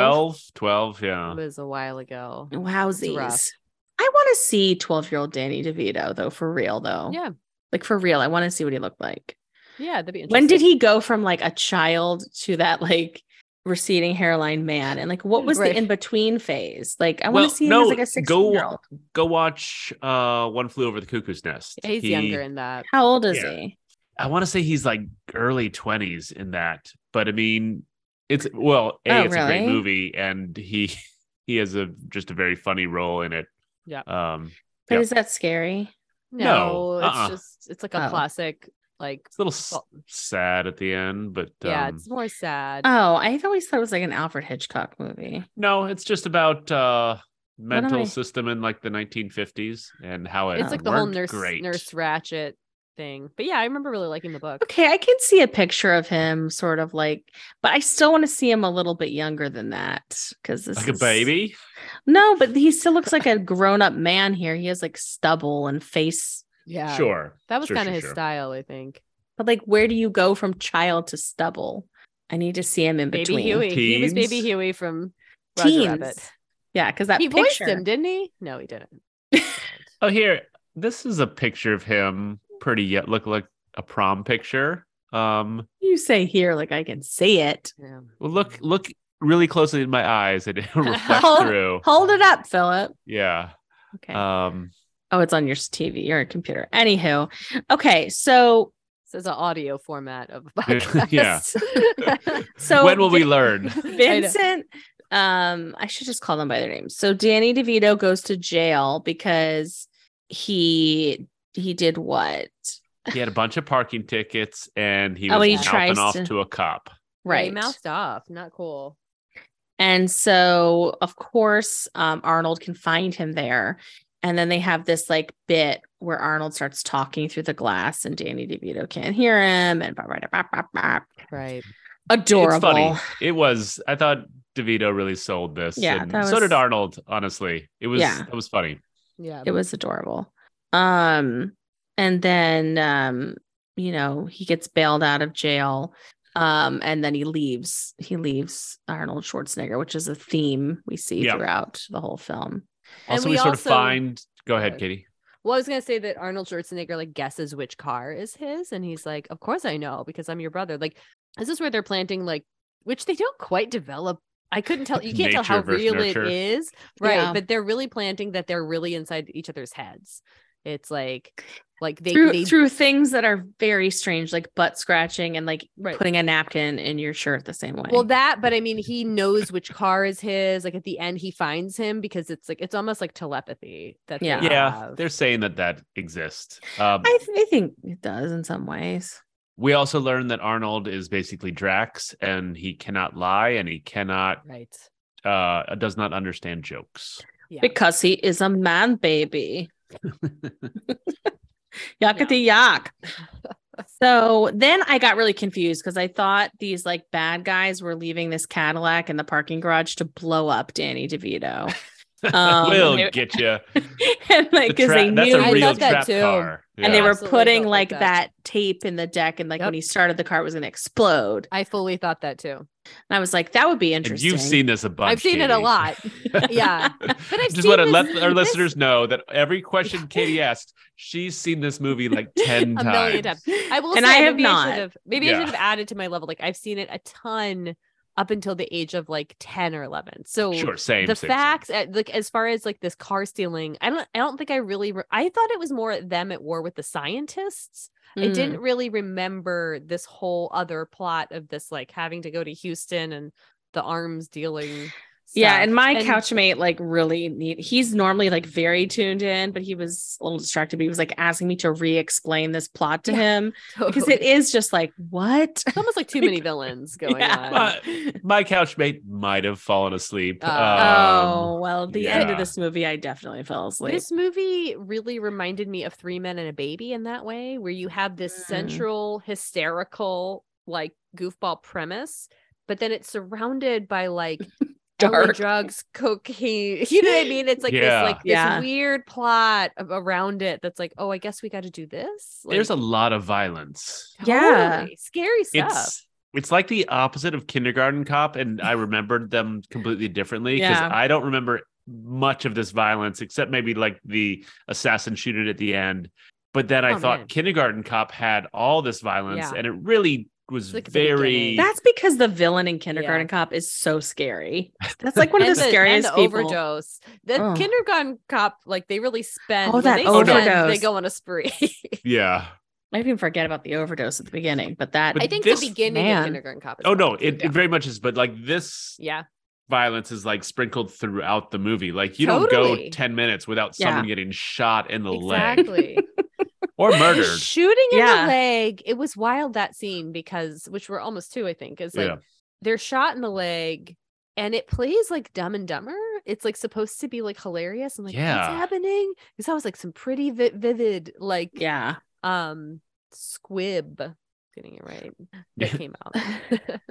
12? 12, it yeah. was a while ago. rough. Wowsies. I want to see 12 year old Danny DeVito, though, for real, though. Yeah. Like, for real. I want to see what he looked like. Yeah, that'd be interesting. When did he go from like a child to that like receding hairline man? And like, what was Right. the in between phase? Like, I Well, want to see no, him as like a six go- year old. Go watch uh One Flew Over the Cuckoo's Nest. he's He- younger in that. How old is Yeah. he? I want to say he's like early twenties in that, but I mean, it's well, a Oh, it's a great really? movie, and he he has a just a very funny role in it. Yeah. um, But Yeah. is that scary? No, No, uh-uh. it's just it's like a Oh. classic like it's a little s- Well- sad at the end, but yeah, um, it's more sad. Oh, I always thought it was like an Alfred Hitchcock movie. No, it's just about uh am I- mental system in like the 1950s and how it it's like the whole worked nurse uh, great. nurse ratchet thing. But yeah, I remember really liking the book. Okay, I can see a picture of him sort of like, but I still want to see him a little bit younger than that because this like a is- baby. No, but he still looks like a grown up man here. He has like stubble and face. Yeah. sure. That was Sure, kind of sure, his sure. style, I think. But like, where do you go from child to stubble? I need to see him in Baby between. Huey. He was Baby Teens? Huey from Roger Rabbit. Teens. Yeah, because that he voiced picture. him, didn't he? No, he didn't. Oh, here. This is a picture of him pretty yet look like a prom picture. Um You say here, like I can see it. Yeah. well, look look really closely in my eyes and it'll reflect Hold- through. Hold it up, Philip. Yeah. Okay. Um oh, it's on your TV, your computer. Anywho, okay, so This is an audio format of a Yeah. podcast. So when will we Da- learn? Vincent? Um, I should just call them by their names. So Danny DeVito goes to jail because he he did what? He had a bunch of parking tickets and he was Oh, he tries mouthing off to- to a cop. Right. Right. mouthed off. Not cool. And so, of course, um, Arnold can find him there. And then they have this like bit where Arnold starts talking through the glass and Danny DeVito can't hear him and blah, blah, blah, blah, blah. Right. adorable. It's funny. It was. I thought DeVito really sold this. Yeah, and that so did was- Arnold. Honestly, it was. Yeah. That was funny. Yeah. It was adorable. Um, and then um, you know, he gets bailed out of jail. Um, and then he leaves. He leaves Arnold Schwarzenegger, which is a theme we see Yeah. throughout the whole film. And Also, we we, sort also- of find. Go Sorry. Uh, ahead, Kitty. Well, I was gonna say that Arnold Schwarzenegger like guesses which car is his, and he's like, "Of course I know because I'm your brother." Like, this is where they're planting like, which they don't quite develop. I couldn't tell. You can't tell Nature how versus real nurture. it is, right? Yeah. But they're really planting that they're really inside each other's heads. It's like, like they through they through things that are very strange, like butt scratching and like right. putting a napkin in your shirt the same way. Well, that, but I mean, he knows which car is his. Like at the end, he finds him because it's like it's almost like telepathy. That they Yeah. Yeah, have. they're saying that that exists. Um, I, th- I think it does in some ways. we also learn that Arnold is basically Drax, and he cannot lie, and he cannot right. uh, does not understand jokes. Yeah. Because he is a man baby. Yakety yak. so then I got really confused because I thought these like bad guys were leaving this Cadillac in the parking garage to blow up Danny DeVito. Um, We'll and they- get you. and like because they that's knew a I real thought that trap too. car. and they Yeah. were Absolutely putting felt like like that. that. tape in the deck and like Yep. when he started the car it was going to explode I fully thought that too. and i was like that would be And interesting you've seen this a bunch. I've seen it a Katie. lot. yeah. But I've just seen want to this- let our this- listeners know that every question Katie asked, she's seen this movie like ten A times. million times. I will and say i have maybe I not should have, maybe I Yeah. should have added to my level. Like I've seen it a ton up until the age of like 10 or 11. So Sure, same. the same, same. facts uh, like as far as like this car stealing, I don't I don't think I really re- I thought it was more them at war with the scientists. I Mm. didn't really remember this whole other plot of this like having to go to Houston and the arms dealing. yeah stuff. and my And- couchmate like really need he's normally like very tuned in but he was a little distracted but he was like asking me to re-explain this plot to Yeah, him because it Totally. is just like what it's almost like too many villains going Yeah. on. My, my couchmate might have fallen asleep. Um, Uh, oh well the end of yeah. this movie i definitely fell asleep This movie really reminded me of Three Men and a Baby in that way, where you have this Mm. central hysterical, like goofball premise, but then it's surrounded by like LA Dark. drugs, cocaine. You know what I mean? It's like Yeah. this like this Yeah. weird plot of, around it that's like, oh, I guess we got to do this. Like, There's a lot of violence. Yeah. totally scary stuff. It's it's like the opposite of Kindergarten Cop, and I remembered them completely differently because Yeah. I don't remember much of this violence except maybe like the assassin shooting at the end. But then I Oh, thought man. Kindergarten Cop had all this violence, Yeah. and it really was It's like the very beginning. that's because the villain in kindergarten cop is so scary that's like one of the, and the, and scariest the people overdose. The Oh. Ugh. kindergarten cop, like they really spend. Oh, when that they spend, overdose. They go on a spree. yeah. I even forget about the overdose at the beginning, but that But I think this- the beginning Man. of kindergarten cop. Is Oh what no, makes me it, it down. very much is, but like this yeah, violence is like sprinkled throughout the movie. Like you don't Totally. go ten minutes without Yeah. someone getting shot in the leg exactly. or murdered. Shooting in Yeah. the leg. It was wild that scene because which we're almost to, I think, is like Yeah. they're shot in the leg, and it plays like Dumb and Dumber. It's like supposed to be like hilarious. I'm like, Yeah. what's happening? Because I was like some pretty vi- vivid like yeah. um squib. Getting it right. That Yeah. came out.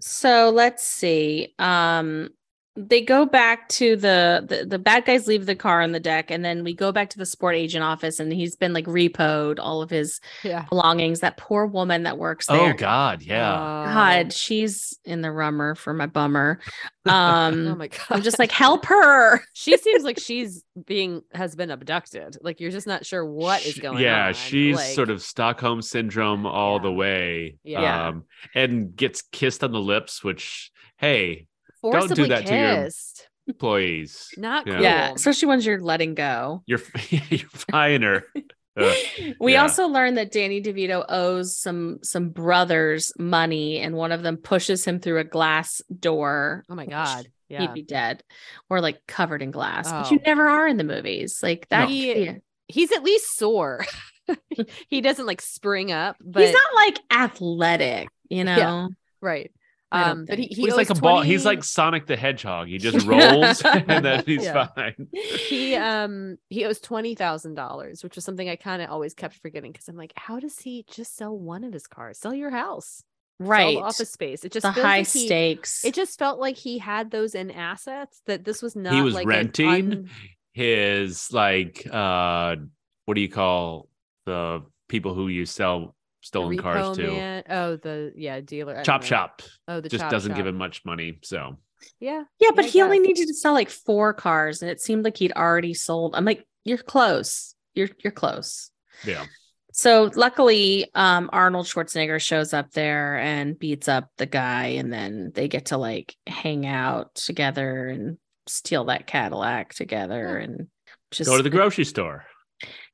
So let's see. Um they go back to the, the the bad guys leave the car on the deck and then we go back to the sport agent office and he's been like repoed all of his yeah. belongings. That poor woman that works Oh there. God, yeah. God, she's in the rummer for my bummer. Um, oh Um my god. I'm just like help her. she seems like she's being has been abducted. Like you're just not sure what is She- going on. yeah, she's Like, sort of Stockholm syndrome all Yeah. the way. Yeah. Um, and gets kissed on the lips, which, hey, forcibly do that to your- kissed. employees, Not Yeah. cool. Yeah, especially when you're letting go. you're you're firing her. Uh, we yeah. also learned that Danny DeVito owes some some brothers money, and one of them pushes him through a glass door. Oh my which god. Yeah. He'd be dead, or like covered in glass. But Oh. you never are in the movies. Like that. He- yeah. He's at least sore. he doesn't like spring up, but he's not like athletic, you know. right. I don't Um, but he, think- he he's like a owes ball. He's 20 like Sonic the Hedgehog. He just rolls and then he's Yeah. fine. he um he owes twenty thousand dollars, which was something I kind of always kept forgetting because I'm like, how does he just sell one of his cars? Sell your house, right. Sell office space. It just the feels high like he- stakes. It just felt like he had those in assets. That this was not. he was like an renting un- his like uh what do you call the people who you sell stolen repo cars to? man- Oh, the yeah dealer. I don't Chop know. shop Oh, the just chop doesn't give shop. him much money. So Yeah, yeah, but I he only guess. needed to sell like four cars, and it seemed like he'd already sold. I'm like, you're close. You're you're close. yeah. So luckily, um, Arnold Schwarzenegger shows up there and beats up the guy, and then they get to like hang out together and steal that Cadillac together and just Go to the grocery store.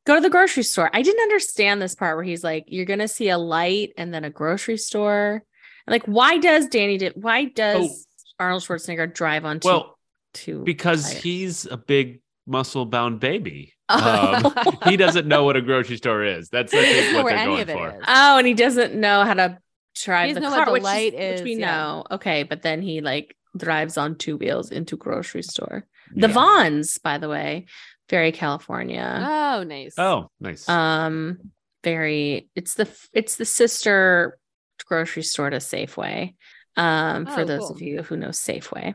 go to the grocery store. I didn't understand this part where he's like, "You're gonna see a light and then a grocery store." Like, why does Danny? Di- why does Arnold Schwarzenegger drive on two? Oh. Well, two because Right. he's a big muscle bound baby. Oh. Um, he doesn't know what a grocery store is. That's I think what Or they're any going of it for. is. oh, and he doesn't know how to He drive the doesn't know what car, the which, is- light which we is, yeah. know. Okay, but then he like drives on two wheels into grocery store. The Yeah. Vaughns, by the way, very California. Oh, nice. Oh, nice. Um, very. It's the it's the sister grocery store to Safeway. Um, for Oh, those cool. of you who know Safeway,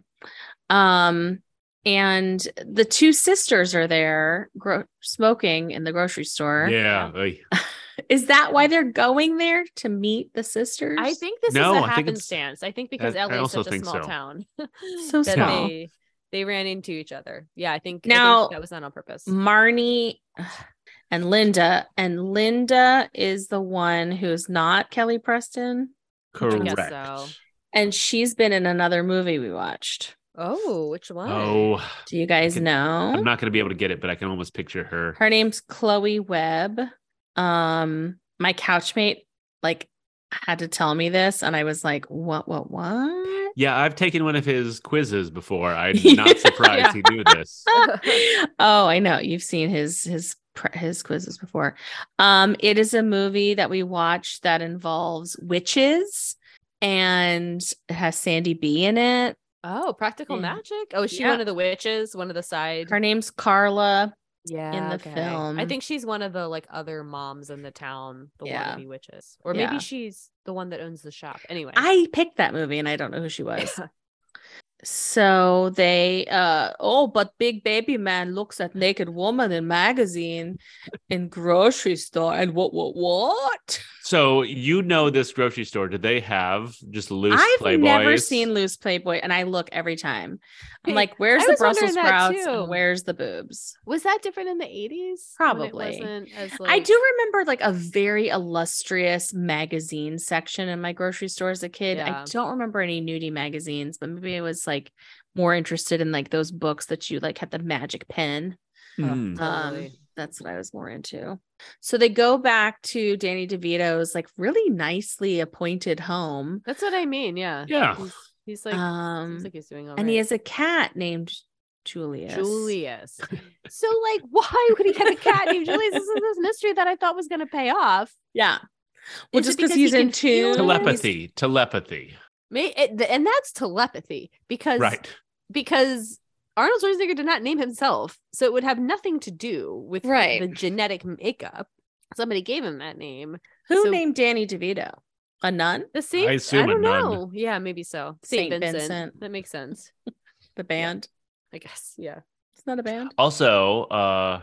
um, and the two sisters are there gro- smoking in the grocery store. yeah. uh, oy. Is that why they're going there to meet the sisters? I think this No, is I a think it's- happenstance. I think because I LA is also such a think small so. town. So that small. They, they ran into each other. Yeah, I think I think Now- that was not on purpose. Mm-hmm. Marnie and Linda, and Linda is the one who's not Kelly Preston, guess Correct. so. and she's been in another movie we watched. Oh, which one? Oh, Do you guys can- know? I'm not going to be able to get it, but I can almost picture her. Her name's Chloe Webb. Um, my couchmate like had to tell me this, and I was like, "What? What? What?" Yeah, I've taken one of his quizzes before. I'm not surprised he knew this. oh, I know. You've seen his his pr- his quizzes before. Um, it is a movie that we watched that involves witches and it has Sandy B in it. Oh, practical Yeah. magic. Oh, is she Yeah. one of the witches? One of the side. Her name's Carla. yeah, the film. I think she's one of the like other moms in the town, the Yeah. wannabe witches, or Yeah. maybe she's the one that owns the shop. Anyway, I picked that movie and I don't know who she was. So they uh oh but big baby man looks at naked woman in magazine in grocery store and what what what? So you know this grocery store? Do they have just loose I've playboys? never seen loose Playboy, and I look every time. I'm Hey, like, where's I the was wondering Brussels that sprouts? too. And where's the boobs? was that different in the eighties? Probably. wasn't as, I like- do remember like a very illustrious magazine section in my grocery store as a kid. I Yeah. don't remember any nudie magazines, but maybe I was like more interested in like those books that you like had the magic pen. Mm. Um, Totally. that's what I was more into. So they go back to Danny DeVito's like really nicely appointed home. That's what I mean. Yeah. Yeah. He's, he's like, um, seems like he's doing all and he right. has a cat named Julius. Julius. so like, why would he have a cat named Julius? This is this mystery that I thought was going to pay off. Yeah. Well, Is it just because because he he's in can feel tune. it? Telepathy. Telepathy. May it, th- and that's telepathy because Right. because Arnold Schwarzenegger did not name himself, so it would have nothing to do with Right. the genetic makeup. Somebody gave him that name. Who So- named Danny DeVito? A nun? The Saint, I, assume a don't nun. know. Yeah, maybe so. Saint, Saint Vincent. Vincent. That makes sense. The band? I guess. Yeah. It's not a band. Also, uh,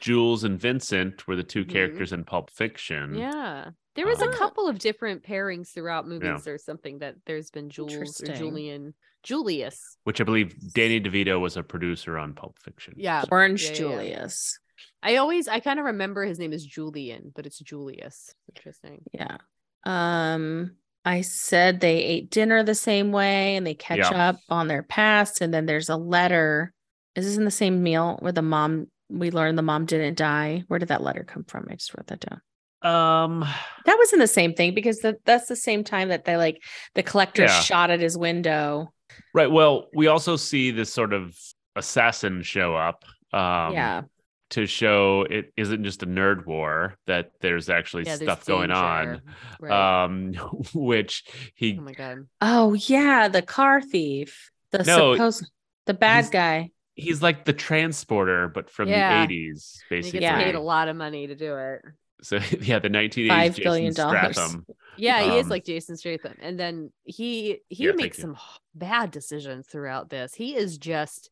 Jules and Vincent were the 2 Mhm. characters in Pulp Fiction. Yeah. There was Um, a couple of different pairings throughout movies Yeah. or something that there's been Jules or Interesting. Julian. Julius. Which I believe Danny DeVito was a producer on Pulp Fiction. Yeah. Orange Yeah, yeah, yeah. Julius. I always I kind of remember his name is Julian, but it's Julius. Interesting. Yeah. Um, I said they ate dinner the same way and they catch Yeah. up on their past. And then there's a letter. Is this in the same meal where the mom we learned the mom didn't die. Where did that letter come from? I just wrote that down. Um, That was in the same thing because the, that's the same time that they like the collector Yeah. shot at his window. right. Well, we also see this sort of assassin show up. Um, yeah. To show it isn't just a nerd war, that there's actually Yeah, there's stuff going on. danger, Right. Um, which he oh my god. Oh yeah, the car thief. The No, supposed the bad he's- guy. he's like the transporter, but from Yeah. the 80s, And He basically. gets paid a lot of money to do it. So yeah, the 1980s Five Jason billion dollars. Statham. Yeah, he is Um, like Jason Statham, and then he he Yeah, thank makes you. some h- bad decisions throughout this. He is just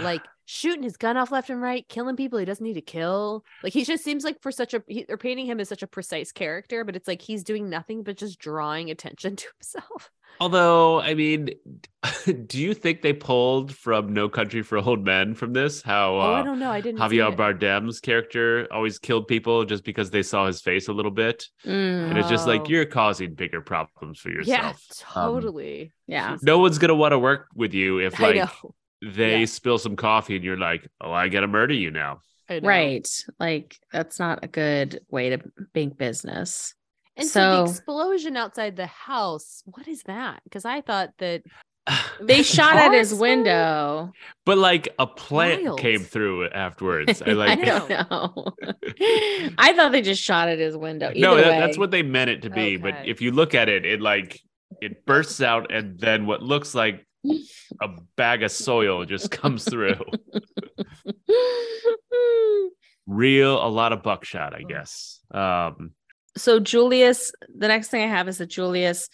like shooting his gun off left and right, killing people he doesn't need to kill. Like he just seems like for such a he, they're painting him as such a precise character, but it's like he's doing nothing but just drawing attention to himself. Although, I mean, do you think they pulled from No Country for Old Men from this? How oh, I uh, don't know. I didn't. see Javier it. Bardem's character always killed people just because they saw his face a little bit, Mm, and it's just Oh. like you're causing bigger problems for Yeah, yourself. Um, totally. yeah. Jeez. no one's gonna want to work with you if I like know. they Yeah. spill some coffee and you're like, oh, I gotta murder you now. I know. Right. Like that's not a good way to bank business. And so, the So- explosion outside the house. What is that? Because I thought that They shot at Car his exploded? window. but like a plant Wild. came through afterwards. I like. I don't know. I thought they just shot at his window. Either no that, that's way. what they meant it to be but Okay. if you look at it it like it bursts out and then what looks like a bag of soil just comes through real a lot of buckshot i guess um so Julius, the next thing I have is that Julius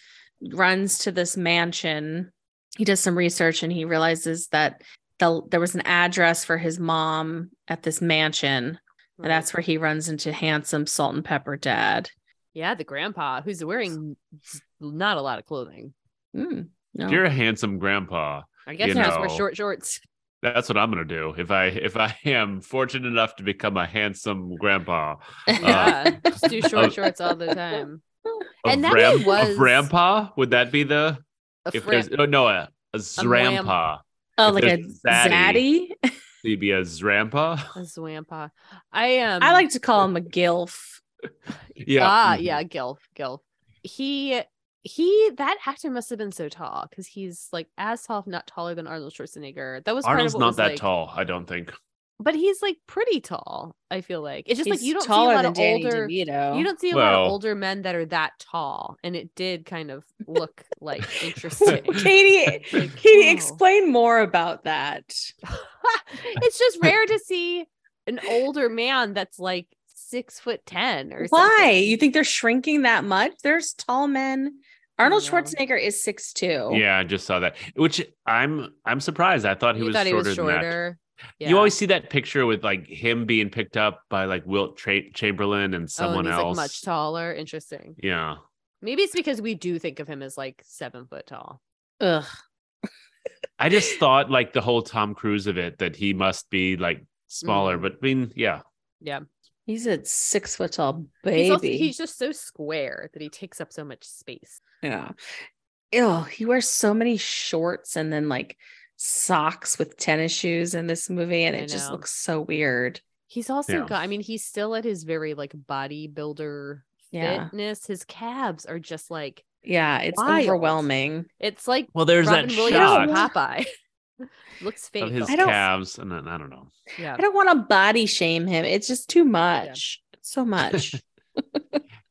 runs to this mansion. He does some research and he realizes that the, there was an address for his mom at this mansion. And that's where he runs into handsome salt and pepper dad. Yeah, the grandpa who's wearing not a lot of clothing. Mm, no. if Oh. you're a handsome grandpa I guess You he just wears know. short shorts. that's what i'm gonna do if i if i am fortunate enough to become a handsome grandpa uh, Yeah, just do short of- shorts all the time. a And that ram- he was- a grandpa would that be the A if fra- there's oh, no a, a zrampa oh, if like a there's zaddy. zaddy- you'd be a zrampa a zwampa. I am. I like to call him a gilf. yeah Ah, Mhm. yeah, Gilf, Gilf. He he. That actor must have been so tall because he's like as tall, if not taller than Arnold Schwarzenegger. That was part of arnold's what not was, that like- tall i don't think but he's like pretty tall. I feel like it's just like He's you don't see a taller lot than of Danny older. DeVito. You don't see a lot Well- of older men that are that tall, and it did kind of look like interesting. Oh. Katie, Like, Katie, wow. explain more about that. it's just rare to see an older man that's like six foot ten or Why? something. You think they're shrinking that much? There's tall men. Arnold No. Schwarzenegger is Oh. 6'2. Yeah, I just saw that. Which I'm I'm surprised. I thought he, You was, thought shorter he was than that. shorter. Yeah. You always see that picture with like him being picked up by like Wilt Tra- Chamberlain and oh, and someone he's, else. Like much taller. Interesting. yeah. Maybe it's because we do think of him as like seven foot tall. Ugh. I just thought like the whole Tom Cruise of it that he must be like smaller, Mm. but I mean, yeah. He's a six foot tall He's, also, baby. he's just so square that he takes up so much space. yeah. Ew, he wears so many shorts and then like socks with tennis shoes in this movie, and I it just know. looks so weird. He's also Yeah. got. I mean, he's still at his very like bodybuilder Yeah. fitness. His calves are just like Yeah. It's Wild. overwhelming. it's like Well, there's Robin that Williams shot from Popeye. Looks fake. of his I don't- calves, and then I don't know. yeah. I don't want to body shame him. It's just too much. It's so much.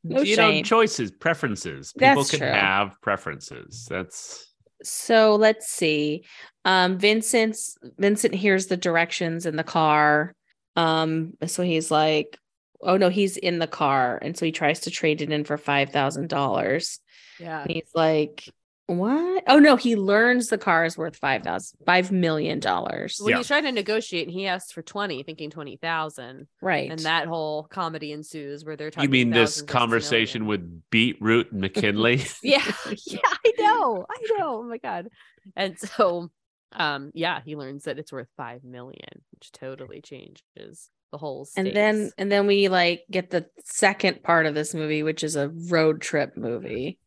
No you know, shame. choices, preferences. People That's can true. have preferences. That's so let's see um vincent's vincent hears the directions in the car um so he's like oh no he's in the car and so he tries to trade it in for five thousand dollars Yeah. and he's like what oh no he learns the car is worth five thousand five million dollars When Yeah. he's trying to negotiate and he asks for 20, thinking 20,000. right And that whole comedy ensues where they're talking you mean this thousands versus conversation millions. with Beetroot and McKinley? Yeah. Yeah, I know. I know. Oh my God. And so, um, yeah, he learns that it's worth 5 million, which totally changes the whole and then stakes. and then we like get the second part of this movie which is a road trip movie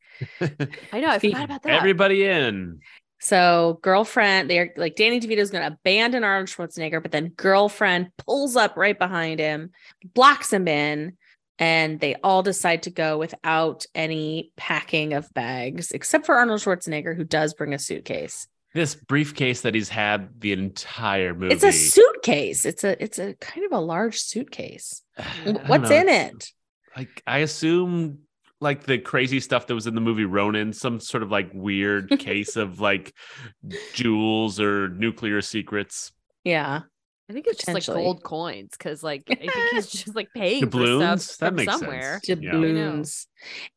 I know. I the- forgot about that. Everybody in. So girlfriend, they're like Danny DeVito's going to abandon Arnold Schwarzenegger, but then girlfriend pulls up right behind him, blocks him in, and they all decide to go without any packing of bags, except for Arnold Schwarzenegger, who does bring a suitcase. This briefcase that he's had the entire movie. It's a suitcase. It's a it's a kind of a large suitcase. What's in it? Like I assume like the crazy stuff that was in the movie Ronin, some sort of like weird case of like jewels or nuclear secrets. Yeah. I think it's just like Potentially. gold coins because, like, I think he's just like paying for Doubloons? stuff That from makes sense. somewhere. doubloons.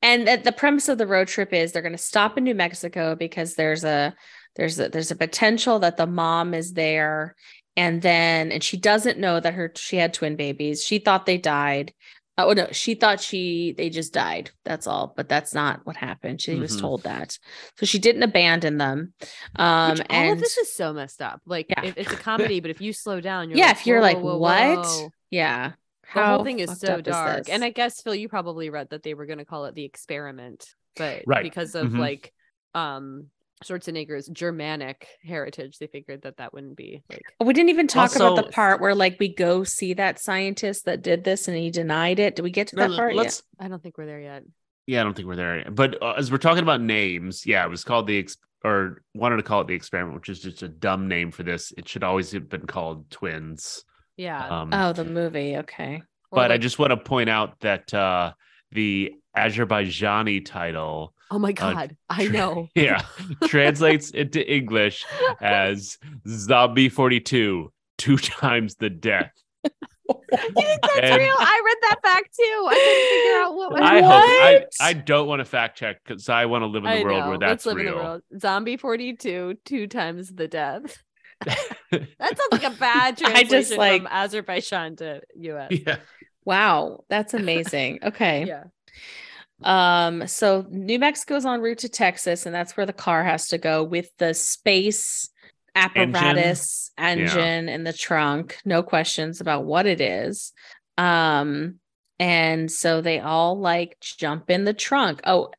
And that the premise of the road trip is they're going to stop in New Mexico because there's a there's a there's a potential that the mom is there and then and she doesn't know that her she had twin babies. She thought they died. Oh no, she thought she they just died. That's all, but that's not what happened. She was Mhm. told that. So she didn't abandon them. Um Mm-hmm. Which, and all of this is so messed up. Like, Yeah. it- it's a comedy, but if you slow down, you're yeah, like, if you're "Whoa, like whoa, whoa, what? whoa." Yeah. The whole thing is fucked so up dark. this? and I guess Phil, you probably read that they were going to call it the experiment, but Right. because of Mhm. like um Schwarzenegger's Germanic heritage, they figured that that wouldn't be like We didn't even talk about the Also- part where like we go see that scientist that did this and he denied it. Did we get to that No, part? let's I don't think we're there yet. Yeah, I don't think we're there. yet. But uh, as we're talking about names, yeah, it was called the ex- or wanted to call it the experiment, which is just a dumb name for this. It should always have been called twins. Yeah. Um, yeah. Oh, the movie. Okay. Or, but I like- just want to point out that uh, the Azerbaijani title, oh my uh, god, I tra- know. yeah, translates into English as Zombie Forty Two, two times the death. You think that's And- real? I read that back too. I couldn't figure out what was I hope what. I, What? I don't want to fact check because I want to live in the I world know. where Let's that's live real. in the world. Zombie 42, two times the death. that sounds like a bad translation I just, like- from Azerbaijan to US. Yeah. Wow. That's amazing. Okay. Yeah. Um, so New Mexico's en route to Texas, and that's where the car has to go with the space apparatus Engine? engine, in the trunk. No questions about what it is. Um, and so they all like jump in the trunk. Oh,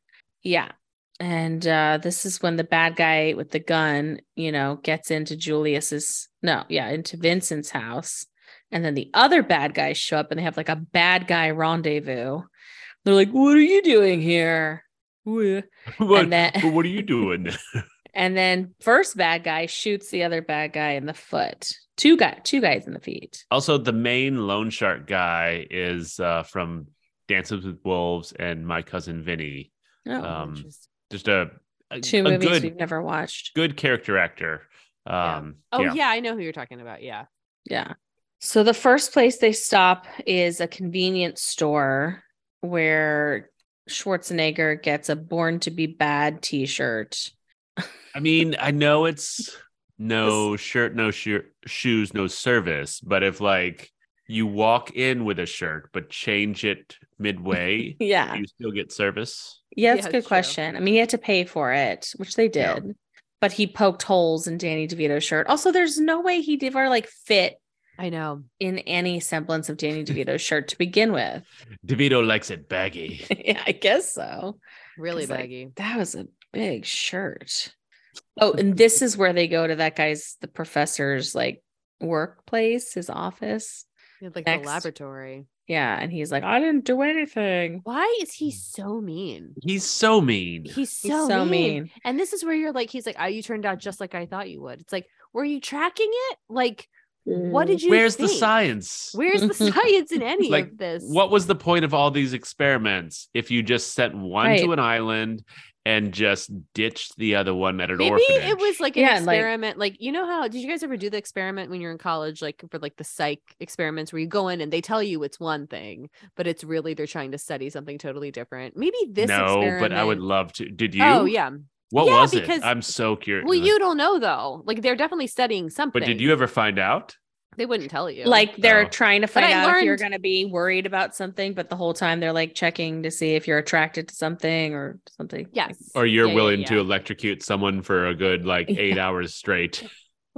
yeah. And uh, this is when the bad guy with the gun, you know, gets into Julius's no, yeah, into Vincent's house. And then the other bad guys show up and they have like a bad guy rendezvous. They're like, "What are you doing here?" Wha- What, And then- what are you doing? And then first bad guy shoots the other bad guy in the foot. Two guy, two guys in the feet. Also, the main loan shark guy is uh, from Dances with Wolves and My Cousin Vinny. Oh, Um, Interesting. Just a, a, two a movies good we've never watched. good character actor. Um, oh, yeah. yeah. I know who you're talking about. Yeah. Yeah. So the first place they stop is a convenience store where Schwarzenegger gets a "Born to Be Bad" T-shirt. I mean, I know it's no shirt, no sho- shoes, no service, but if like you walk in with a shirt but change it midway, Yeah, you still get service. yeah, that's Yeah, a good it's true. question. I mean, he had to pay for it, which they Yeah. did, but he poked holes in Danny DeVito's shirt. Also, there's no way he'd ever like fit I know. in any semblance of Danny DeVito's shirt to begin with. DeVito likes it baggy. yeah, I guess so. Really It's like- baggy. That was a big shirt. Oh, and this is where they go to that guy's, the professor's like workplace, his office. He had, like Next. the laboratory. Yeah. And he's like, I didn't do anything. Why is he so mean? He's so mean. He's Mm. He's so, so, mean. mean. And this is where you're like, he's like, oh, you turned out just like I thought you would. It's like, were you tracking it? Like, Mm. what did you Where's the think? science? Where's the science in any Like, of this? what was the point of all these experiments if you just sent one to Right. an island and just ditched the other one at an Maybe orphanage? it was like an Yeah, like- experiment. Like, you know how did you guys ever do the experiment when you're in college, like for like the psych experiments where you go in and they tell you it's one thing, but it's really they're trying to study something totally different. Maybe this no, but I would experiment- love to. Did you? Oh yeah. What Yeah, was because- it? I'm so curious. Well, you don't know though. Like they're definitely studying something. But did you ever find out? They wouldn't tell you. Like they're Oh. trying to find I out if you're learned- going to be worried about something, but the whole time they're like checking to see if you're attracted to something or something. yes. Or you're Yeah, yeah, willing yeah. to electrocute someone for a good like eight hours straight?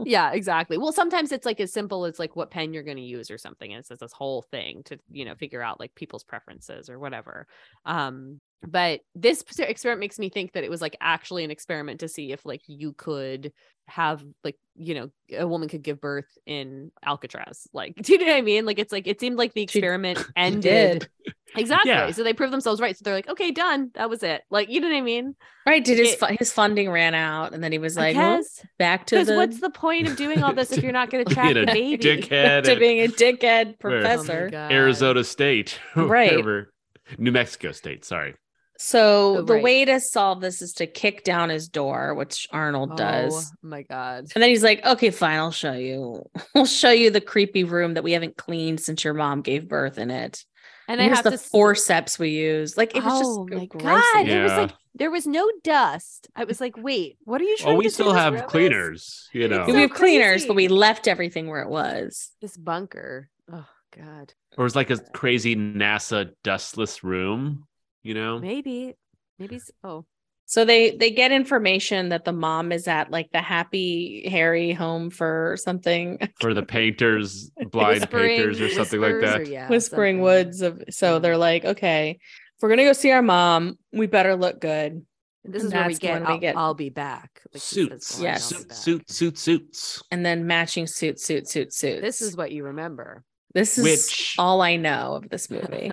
yeah, exactly. Well, sometimes it's like as simple as like what pen you're going to use or something. And it's just this whole thing to, you know, figure out like people's preferences or whatever. Um, but this p- experiment makes me think that it was like actually an experiment to see if like you could have like, you know, a woman could give birth in Alcatraz. Like, do you know what I mean? Like, it's like, it seemed like the She- experiment ended. did. Exactly. Yeah. So they proved themselves right. So they're like, okay, done. That was it. Like, you know what I mean? Right? Did his It- fu- his funding ran out, and then he was I like, "Well, guess. back to Because the what's the point of doing all this if you're not going to track Being the a baby? dickhead to at being a dickhead Where? Oh my professor?" Uh, Arizona State, or Right. whatever. New Mexico State. Sorry. So Oh, the right. way to solve this is to kick down his door, which Arnold does. Oh my god. And then he's like, "Okay, fine, I'll show you. We'll show you the creepy room that we haven't cleaned since your mom gave birth in it. And And here's I have the to s- forceps we used. Like it was Oh just my gross. god. Yeah. There was Yeah. like there was no dust. I was like, wait, what are you trying Well, we to still have cleaners, you know, so we have cleaners, but crazy. we left everything where it was. This bunker. Oh god. or it's like a crazy NASA dustless room, you know. Maybe maybe s- oh So they they get information that the mom is at like the Happy Harry home for something, for the painters, blind Whispering- painters, or something like whispers that. or- yeah, Whispering something. Mm. Woods of. So Yeah. they're like, okay, if we're gonna go see our mom, we better look good. And this is and where we that's get, when we I'll, get- I'll be back. Like he says suits, the line, Yes. "I'll be suit, back." suit, suit, suits. And then matching suit, suit, suit, suit. This is what you remember. this is Which- all I know of this movie.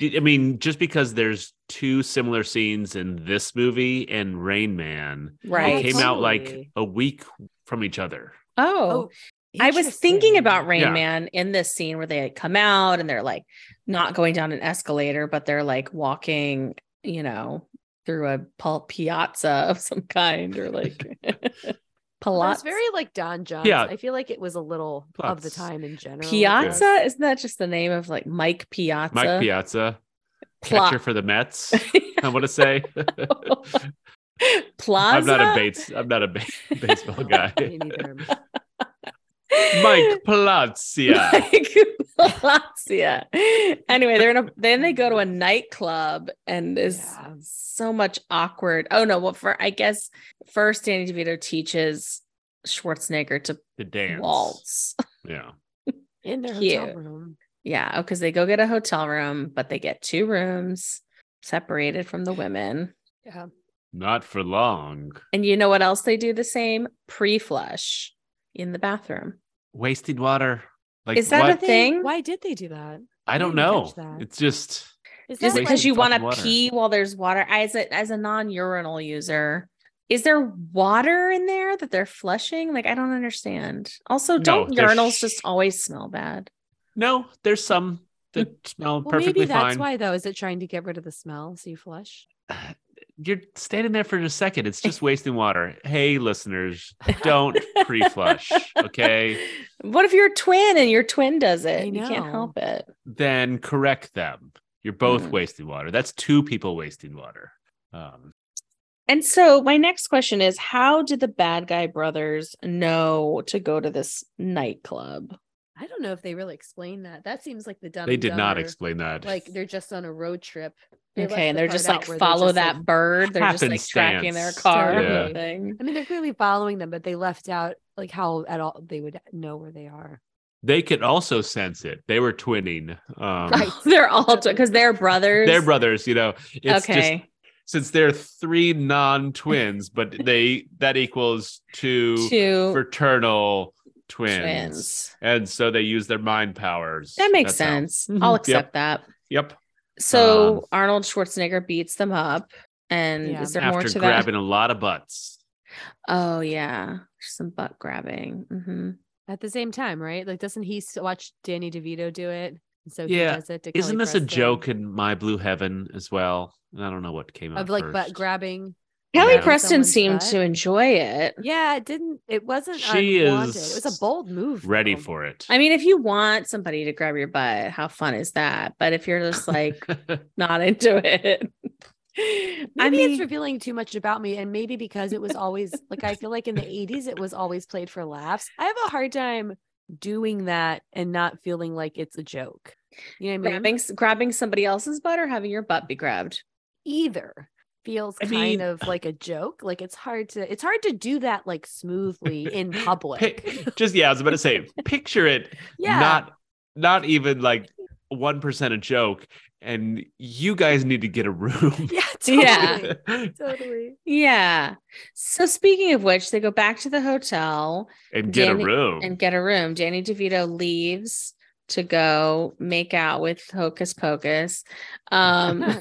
Did- I mean, just because there's two similar scenes in this movie and Rain Man, right. they came out like Totally. a week from each other. Oh, I was thinking about interesting. Rain Yeah. Man in this scene where they had come out and they're like not going down an escalator, but they're like walking, you know, through a pal- piazza of some kind or like Well, It's palazzo. very like Don Johnson. Yeah. I feel like it was a little of the Plots. time in general. Piazza isn't that just the name of like Mike Piazza? Mike Piazza, catcher Pla- for the Mets. I want to say Plaza. I'm not a Bates. I'm not a ba- baseball guy. Me neither. Mike Palazia. Like Palazzo. Anyway, they're in a then they go to a nightclub and is Yeah. so much awkward. Oh no, well for I guess first Danny DeVito teaches Schwarzenegger to The dance. waltz. Yeah. in their hotel Cute. room. Yeah, because they go get a hotel room, but they get two rooms separated from the women. Yeah. Not for long. And you know what else they do the same? Pre-flush in the bathroom. Wasted water. Like Is that a what? Did they- thing? Why did they do that? I don't I didn't know. catch that. It's just Is Just that Wasting because you want fucking to water. pee while there's water. As a as a non-urinal user, is there water in there that they're flushing? Like I don't understand. Also, No, don't they're urinals sh- just always smell bad? no. There's some that smell well, perfectly maybe that's fine. why though. Is it trying to get rid of the smell so you flush? You're standing there for a second. It's just wasting water. Hey, listeners, don't pre-flush. Okay, What if you're a twin and your twin does I it? You can't know. help it. then correct them. You're both Mm. wasting water. That's two people wasting water. Um, And so my next question is how did the bad guy brothers know to go to this nightclub? I don't know if they really explain that. That seems like the dumb. they and did not Dumber, explain that. Like they're just on a road trip. They left okay, and the they're part just out like where they're follow just, that like- bird. They're just like tracking their Happenstance. car Yeah. or something. I mean, they're clearly following them, but they left out like how at all they would know where they are. they could also sense it. They were twinning. Um, Right. they're all because they're brothers. They're brothers. You know. It's Just, okay. since they're three non-twins, but they that equals two, Two fraternal twins. twins. and so they use their mind powers. That makes That's how- sense. Mm-hmm. Mhm. I'll Yep. accept that. Yep. So Um, Arnold Schwarzenegger beats them up. And Yeah. is there more After to grabbing that? a lot of butts, Oh yeah. Some butt grabbing. hmm At the same time, right? Like, doesn't he s- watch Danny DeVito do it? And so Yeah. he does it. To isn't Kelly this a Preston. joke in My Blue Heaven as well? And I don't know what came out of like first. butt grabbing? Kelly Yeah. Preston Someone's seemed butt. to enjoy it. Yeah, it didn't. It wasn't. She unwanted. It was is a bold move. Ready though. for it? I mean, if you want somebody to grab your butt, how fun is that? But if you're just like not into it, I Maybe mean, it's revealing too much about me, and maybe because it was always like I feel like in the '80s it was always played for laughs. I have a hard time doing that and not feeling like it's a joke. You know what I mean? grabbing, grabbing somebody else's butt or having your butt be grabbed. Either feels I kind mean- of like a joke. Like it's hard to it's hard to do that like smoothly in public. Pic- just yeah, I was about to say, picture it yeah. not not even like one percent a joke, and you guys need to get a room. yeah. Yeah. Totally. Totally. Yeah. So speaking of which, they go back to the hotel and get Danny- a room. and get a room. Danny DeVito leaves to go make out with Hocus Pocus, um,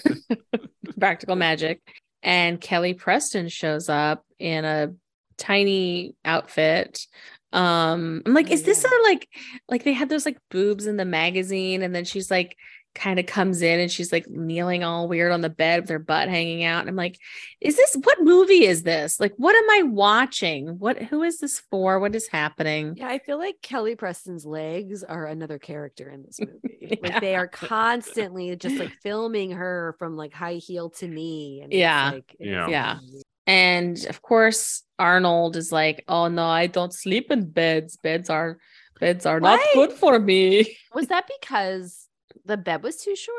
practical magic. And Kelly Preston shows up in a tiny outfit. Um, I'm like, Oh, is this yeah. a like like they had those like boobs in the magazine, and then she's like kind of comes in and she's like kneeling all weird on the bed with her butt hanging out. And I'm like, is this what movie is this? Like, what am I watching? What who is this for? What is happening? Yeah, I feel like Kelly Preston's legs are another character in this movie. Yeah. Like they are constantly just like filming her from like high heel to knee. And it's, Yeah. like, it's Yeah. Yeah. And of course, Arnold is like, "Oh no, I don't sleep in beds. Beds are beds are not Right. good for me." Was that because the bed was too short?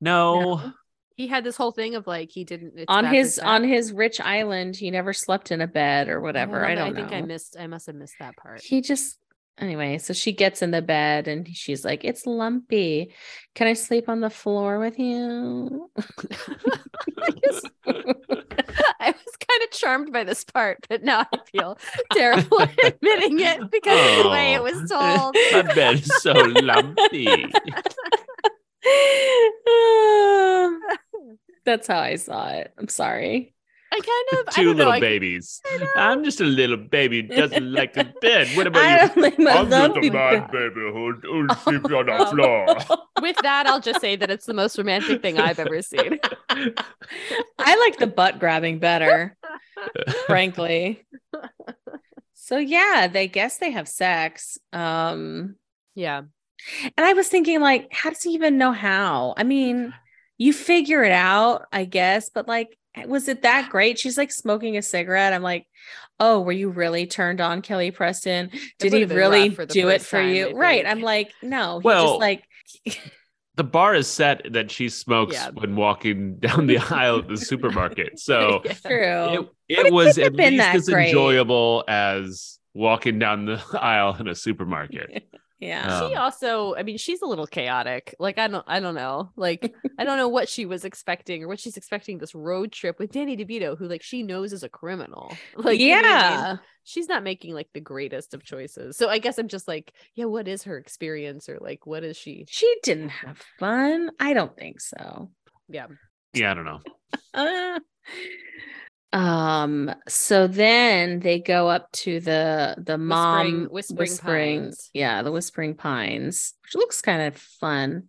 no. He had this whole thing of like he didn't it's on bad for his back. on his rich island, he never slept in a bed or whatever. I remember. don't know. think I missed I must have missed that part. he just anyway. So she gets in the bed and she's like, "It's lumpy. Can I sleep on the floor with you?" I was kind of charmed by this part, but now I feel terrible admitting it because of the way it Oh. was told. My bed is so lumpy. That's how I saw it. I'm sorry. I kind of I Two don't know, little I- babies. I'm just a little baby who doesn't like a bed. What about I you? don't like my lumpy bed. baby who, who sleeps on the floor. With that, I'll just say that it's the most romantic thing I've ever seen. I like the butt grabbing better, frankly. So yeah, they guess they have sex. Um Yeah. and I was thinking like how does he even know how? I mean, you figure it out, I guess, but like was it that great? She's like smoking a cigarette. I'm like, "Oh, were you really turned on Kelly Preston? Did he would've been really rough for the do it first for time, you?" I Right. think. I'm like, "No, he Well, just like the bar is set that she smokes Yeah. when walking down the aisle at the supermarket. So Yeah. true. it, it was couldn't at have been least that as great. enjoyable as walking down the aisle in a supermarket. yeah. she Um, also, I mean, she's a little chaotic. Like I don't I don't know. Like I don't know what she was expecting or what she's expecting this road trip with Danny DeVito, who like she knows is a criminal. Like you know what I mean? yeah. she's not making like the greatest of choices. So I guess I'm just like, yeah, what is her experience or like what is she? She didn't have fun. I don't think so. Yeah. Yeah, I don't know. Uh, um. So then they go up to the the mom Whispering- Whispering Pines. Yeah, the Whispering Pines, which looks kind of fun.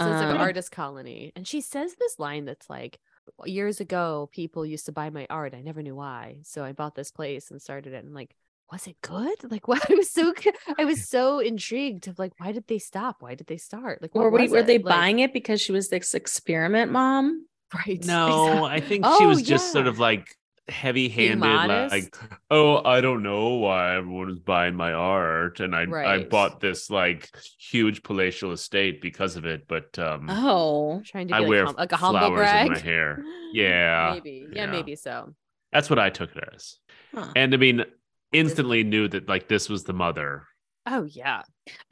So it's like Um, an artist colony. And she says this line that's like, years ago, people used to buy my art. I never knew why. So I bought this place and started it. And like, was it good? Like, what? I was so, cu- I was so intrigued of like, why did they stop? Why did they start? Like, what Or were, was were it? they Like- buying it because she was this experiment mom? Right. No, I exactly. think she Oh, was just sort yeah. of like heavy handed, modest? like, oh, I don't know why everyone is buying my art. And I, I Right. bought this like huge palatial estate because of it. But um, Oh, trying to be I like, wear hum- like a humble flowers brag. in my hair. Yeah. Maybe. Yeah, yeah. maybe so. That's what I took it as. Huh. And I mean, instantly knew that like this was the mother. Oh, yeah.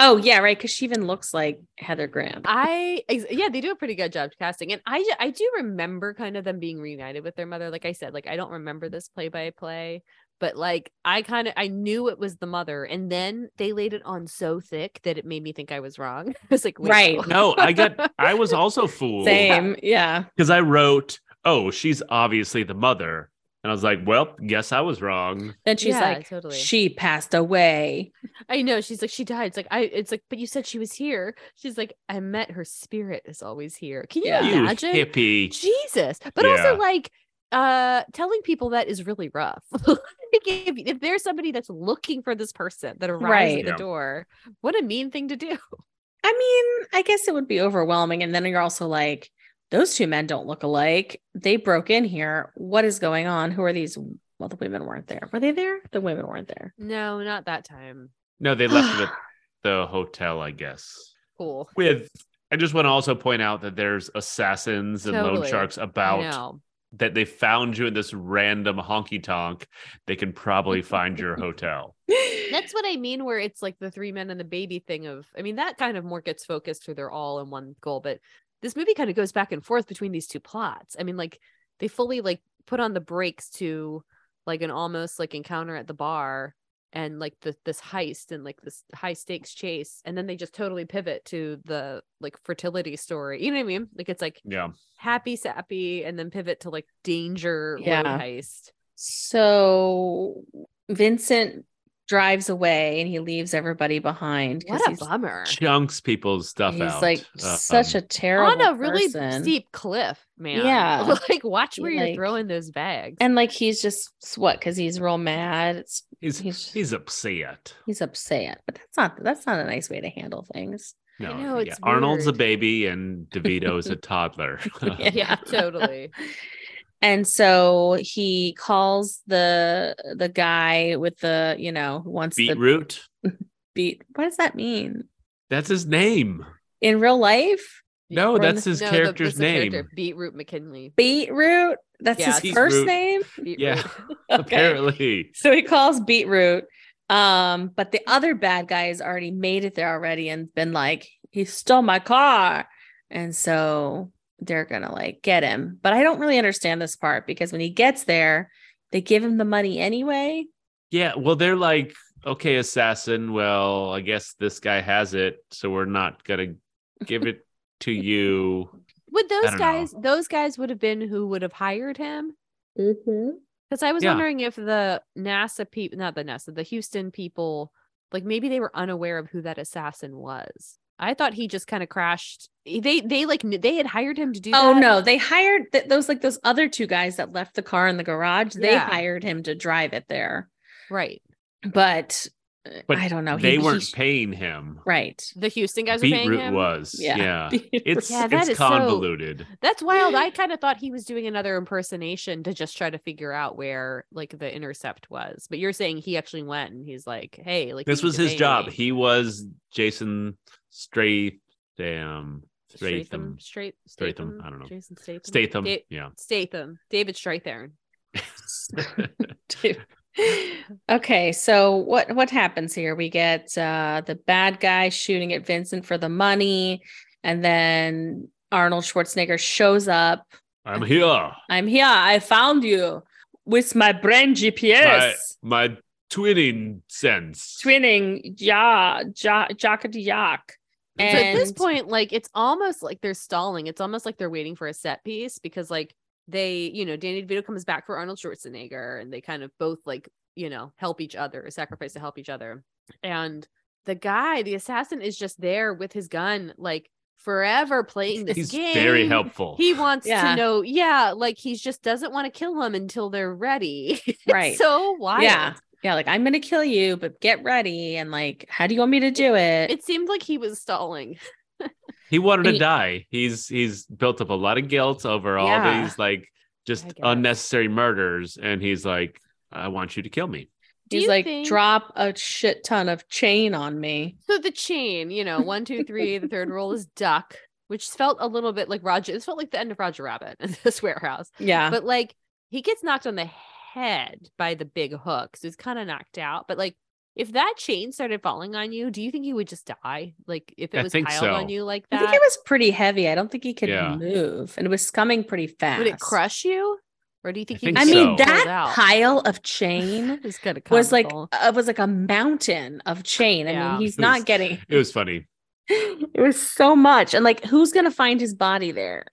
oh yeah, right. Because she even looks like Heather Graham. Ah. I ex- yeah, they do a pretty good job casting, and I ju- I do remember kind of them being reunited with their mother. Like I said, like I don't remember this play by play, but like I kind of I knew it was the mother, and then they laid it on so thick that it made me think I was wrong. I was like, wait, Right. what? No, Oh, I got, I was also fooled Same. Yeah. because I wrote, oh, she's obviously the mother. And I was like, well, guess I was wrong. Then she's Yeah, like, totally. she passed away. I know she's like she died. It's like I. It's like, but you said she was here. She's like, I met her spirit is always here. Can you Yeah. You imagine? hippie. Jesus. But Yeah. also like uh telling people that is really rough. like if, if there's somebody that's looking for this person that arrives Right. at the Yeah. door, what a mean thing to do. I mean, I guess it would be overwhelming. And then you're also like, those two men don't look alike. They broke in here. What is going on? Who are these? Well, the women weren't there. Were they there? The women weren't there. No, not that time. No, they left it at the hotel, I guess. Cool. With, I just want to also point out that there's assassins and loan Totally. sharks I about know. that they found you in this random honky tonk, they can probably find your hotel. That's what I mean, where it's like the three men and the baby thing of, I mean, that kind of more gets focused or they're all in one goal, but this movie kind of goes back and forth between these two plots. I mean, like they fully like put on the brakes to like an almost like encounter at the bar and like the, this heist and like this high stakes chase. And then they just totally pivot to the like fertility story. You know what I mean? Like it's like Yeah. happy sappy and then pivot to like danger road Yeah. heist. So Vincent drives away and he leaves everybody behind. 'cause What a he's, bummer. Chunks people's stuff he's out. like Um, such a terrible on a really person. steep cliff, man. Yeah. like watch where you're Like- throwing those bags. And like he's just what? Because he's real mad. It's, he's he's- he's upset. he's upset, but that's not that's not a nice way to handle things. No, know, yeah. it's Arnold's a weird. baby and DeVito's a toddler. yeah, totally. And so he calls the the guy with the you know who wants the Beetroot. beat. What does that mean That's his name. in real life? No, Or in that's the- his No, the- character's that's the name. character, Beetroot McKinley. Beetroot. That's Yeah, his it's- first Beetroot. name. Beetroot. Yeah. Okay. Apparently. So he calls Beetroot. Um, but the other bad guy has already made it there already and been like, he stole my car. And so they're gonna like get him. But I don't really understand this part because when he gets there, they give him the money anyway. Yeah. Well, they're like, okay, assassin. Well, I guess this guy has it, so we're not gonna give it to you. Would those don't know. guys? Those guys would have been who would have hired him. Because I was Yeah. wondering if the NASA people, not the NASA, the Houston people, like maybe they were unaware of who that assassin was. I thought he just kind of crashed. They they like kn- they had hired him to do. Oh that. no, they hired th- those like those other two guys that left the car in the garage. They Yeah. hired him to drive it there, right. but, uh, But I don't know. He- they he weren't sh- paying him. right. The Houston guys were paying Beetroot him. was. Yeah. Yeah. It's Yeah, that is it's so- convoluted. That's wild. I kind of thought he was doing another impersonation to just try to figure out where like the intercept was. But you're saying he actually went and he's like, "Hey, like This you was need to his pay job. me." He was Jason Stratham. Stratham. Stratham, straight Stratham, Statham, I don't know. Jason Statham. Statham. Da- Yeah. Statham. David Stratham. Dude. okay, so what what happens here? We get uh the bad guy shooting at Vincent for the money, and then Arnold Schwarzenegger shows up. I'm here. I'm here. I found you with my brand GPS. My twinning sense. Twinning, yeah, ja, jockety yak. So at this And- point, like it's almost like they're stalling. It's almost like they're waiting for a set piece because like they, you know, Danny DeVito comes back for Arnold Schwarzenegger and they kind of both like, you know, help each other, sacrifice to help each other. And the guy, the assassin, is just there with his gun, like forever playing this He's game. very helpful. He wants Yeah. to know, yeah, like he just doesn't want to kill him until they're ready. It's Right. so wild. Yeah. Yeah, like I'm gonna kill you, but get ready. And like, how do you want me to do it? It seemed like he was stalling. he wanted to And he- die. He's he's built up a lot of guilt over all Yeah. these like I just guess. unnecessary murders, and he's like, I want you to kill me. Do He's you like, think- drop a shit ton of chain on me. So the chain, you know, one, two, three. the third roll is duck, which felt a little bit like Roger. It felt like the end of Roger Rabbit in this warehouse. Yeah. But like he gets knocked on the head by the big hook, so he's kind of knocked out. But like if that chain started falling on you, do you think you would just die? Like if it I was think piled so. on you like I think it that, was pretty heavy. I don't think he could Yeah. move, and it was coming pretty fast. would it crush you, or do you think? think I you mean, so. that pile of chain is kind of was like uh, was like a mountain of chain. I Yeah. mean, he's It not was- getting. It was funny. It was so much, and like, who's gonna find his body there?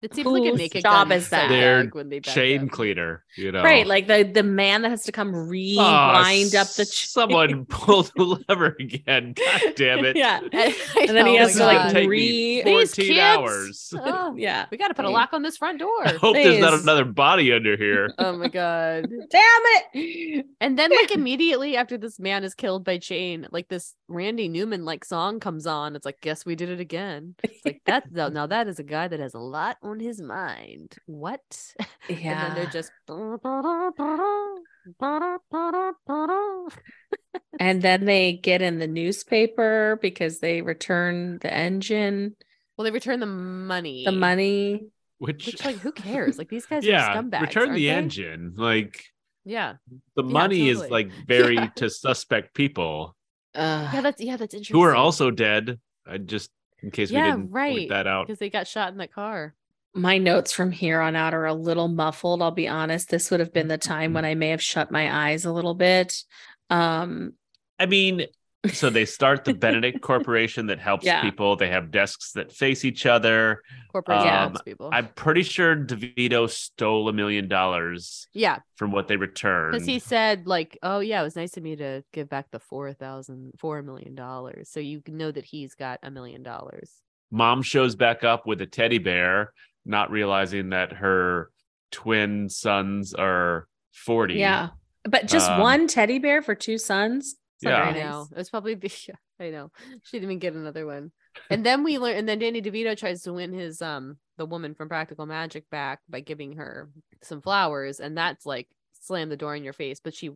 it seems like a whose naked job gun is that? Their bag when they back Chain up. cleaner, you know. Right, like the the man that has to come Ah, rewind up the chain. someone pulled the lever again. God damn it. yeah, I and then he know, has my to God. like Take me re. These 14 kids. hours. Oh, Yeah. we got to put a Right. lock on this front door. I hope there's not Please. another body under here. oh my god Damn it! and then like immediately after this man is killed by chain like this randy newman like song comes on it's like guess we did it again it's like that now, now that is a guy that has a lot on his mind what and then Yeah. they're just yeah And then they get in the newspaper because they return the engine, well they return the money the money. Which, Which like who cares? Like these guys yeah, are scumbags. return aren't the they? engine. Like Yeah. the Yeah, money is totally. like very Yeah. to suspect people Yeah, that's yeah, that's interesting. who are also dead. I just in case we Yeah, didn't right. point that out. because they got shot in that car. my notes from here on out are a little muffled i'll be honest this would have been the time Mm-hmm. when i may have shut my eyes a little bit um I mean, so they start the Benedict Corporation that helps Yeah. people. They have desks that face each other. Corporate Um, jobs people. I'm pretty sure DeVito stole a million dollars yeah, from what they returned. because he said like, "Oh yeah, it was nice of me to give back the four thousand, four million dollars." So you know that he's got a million dollars. Mom shows back up with a teddy bear, not realizing that her twin sons are 40. yeah but just Um, one teddy bear for two sons It's not Yeah. I very nice. know. It was probably the I know. She didn't even get another one. And then we learn and then Danny DeVito tries to win his um the woman from Practical Magic back by giving her some flowers and that's like slam the door in your face, but she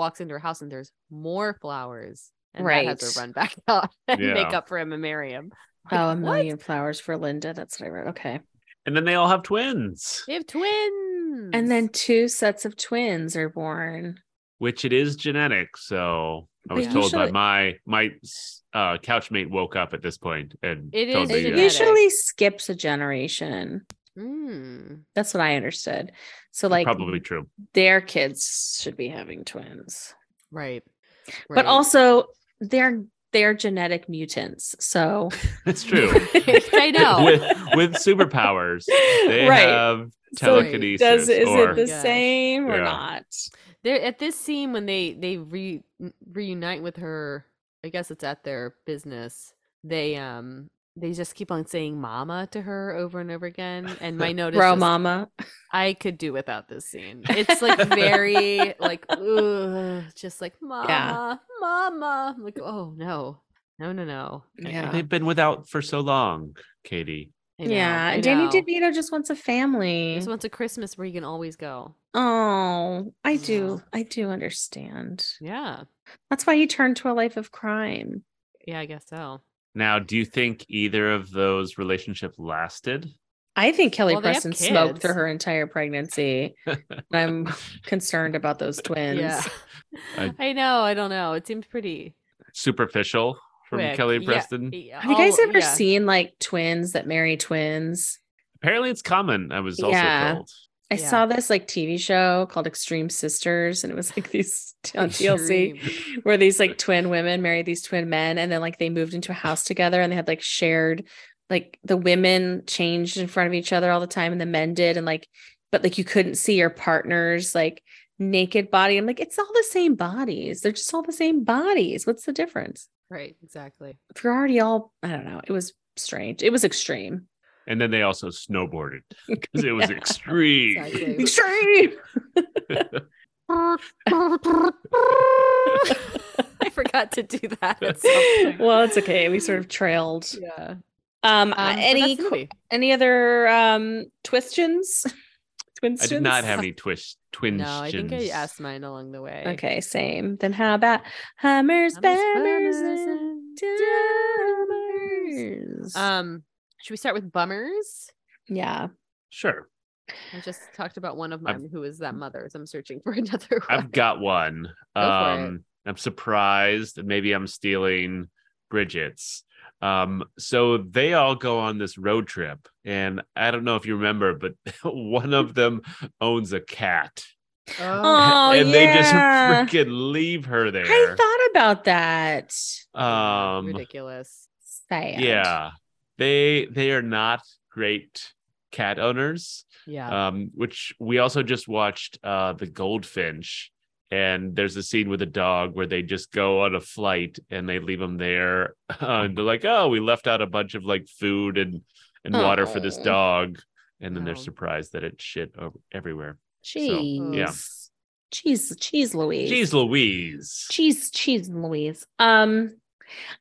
walks into her house and there's more flowers. And that has Right. her run back out and make Yeah. up for him and marry him. oh a Like, what? million flowers for linda that's what i wrote okay And then they all have twins, They have twins. and then two sets of twins are born which it is genetic. So I But was told by usually- my my uh, couchmate woke up at this point and It told is me it that. genetic. usually skips a generation Mm. that's what i understood so like probably true. their kids should be having twins Right. but Right. also they're they're genetic mutants so That's true. I know. with with superpowers, they right have So telekinesis. does is or, it the Yes. same or Yeah. not They're at this scene when they they re, reunite with her. I guess it's at their business. They um they just keep on saying "mama" to her over and over again, and my notice bro is, mama I could do without this scene. It's like very like ugh, just like "mama, mama." I'm like, oh no, no, no, no. yeah They've been without for so long, Katie. I know, yeah I and danny know. devito just wants a family This one's a Christmas where you can always go. oh i Yeah. do i do understand Yeah, that's why he turned to a life of crime yeah, I guess so. Now, do you think either of those relationship lasted? i think kelly Well, they have preston smoked kids. through her entire pregnancy i'm concerned about those twins Yeah, I- I know. I don't know. It seems pretty Superficial from quick. Kelly Yeah, Preston. yeah, Have you guys all- ever Oh, yeah. seen like twins that marry twins? Apparently, it's common. I was also Yeah. told. I Yeah. saw this like TV show called Extreme Sisters, and it was like these on TLC where these like twin women married these twin men, and then like they moved into a house together and they had like shared like the women changed in front of each other all the time and the men did, and like but like you couldn't see your partner's like naked body. I'm like, it's all the same bodies. They're just all the same bodies. What's the difference? Right, exactly. If you're already all I don't know. It was strange. It was extreme. And then they also snowboarded because it was extreme. Exactly. Extreme. I forgot to do that. At some point. well, it's okay. We sort of trailed. Oh yeah. Um, Um, but any that's the movie. any other um twistions? I did not have any twist twins. No, I think I asked mine along the way. Okay, same. Then how about hammers, Hammers, bammers, bummers, and and dammers? Um, should we start with bummers? yeah. Sure, I just talked about one of I've- mine who is that mother, so I'm searching for another one. I've got one. for it. um, I'm surprised. Maybe I'm stealing Bridget's. Um, so they all go on this road trip, and I don't know if you remember, but one of them owns a cat, Oh, Oh, and yeah. they just freaking leave her there. I thought about that. yeah, um, ridiculous. Sad. yeah they they are not great cat owners Yeah. um which we also just watched uh the goldfinch and there's a scene with a dog where they just go on a flight and they leave them there and they're like oh we left out a bunch of like food and and water for this Aw. dog and then they're No. surprised that it shit o- everywhere Jeez. yeah. Cheese, cheese, Louise. jeez louise Cheese, cheese, Louise. Um,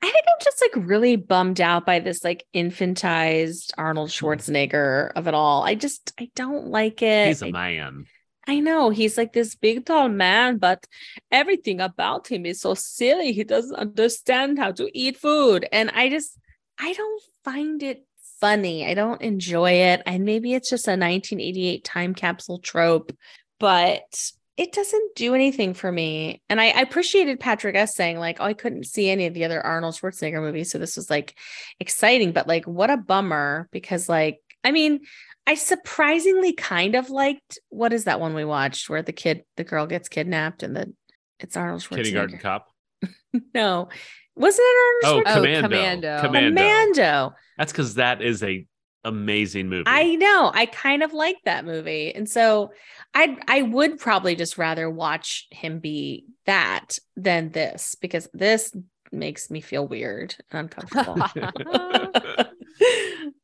I think I'm just like really bummed out by this like infantized Arnold Hmm. Schwarzenegger of it all. I just I don't like it. he's a I- man I know he's like this big tall man, but everything about him is so silly. He doesn't understand how to eat food, and I just I don't find it funny. I don't enjoy it. And maybe it's just a 1988 time capsule trope, but it doesn't do anything for me. And I, I appreciated Patrick S saying, like, oh, I couldn't see any of the other Arnold Schwarzenegger movies. So this was like exciting, but like, what a bummer. Because, like, I mean, I surprisingly kind of liked what is that one we watched where the kid, the girl gets kidnapped and the it's Arnold Schwarzenegger. Kindergarten Cop. No, wasn't it Oh, Arnold Commando. Schwarzenegger? Commando. Commando. Commando. That's because that is a amazing movie. I know. I kind of like that movie. And so I I would probably just rather watch him be that than this because this makes me feel weird and uncomfortable.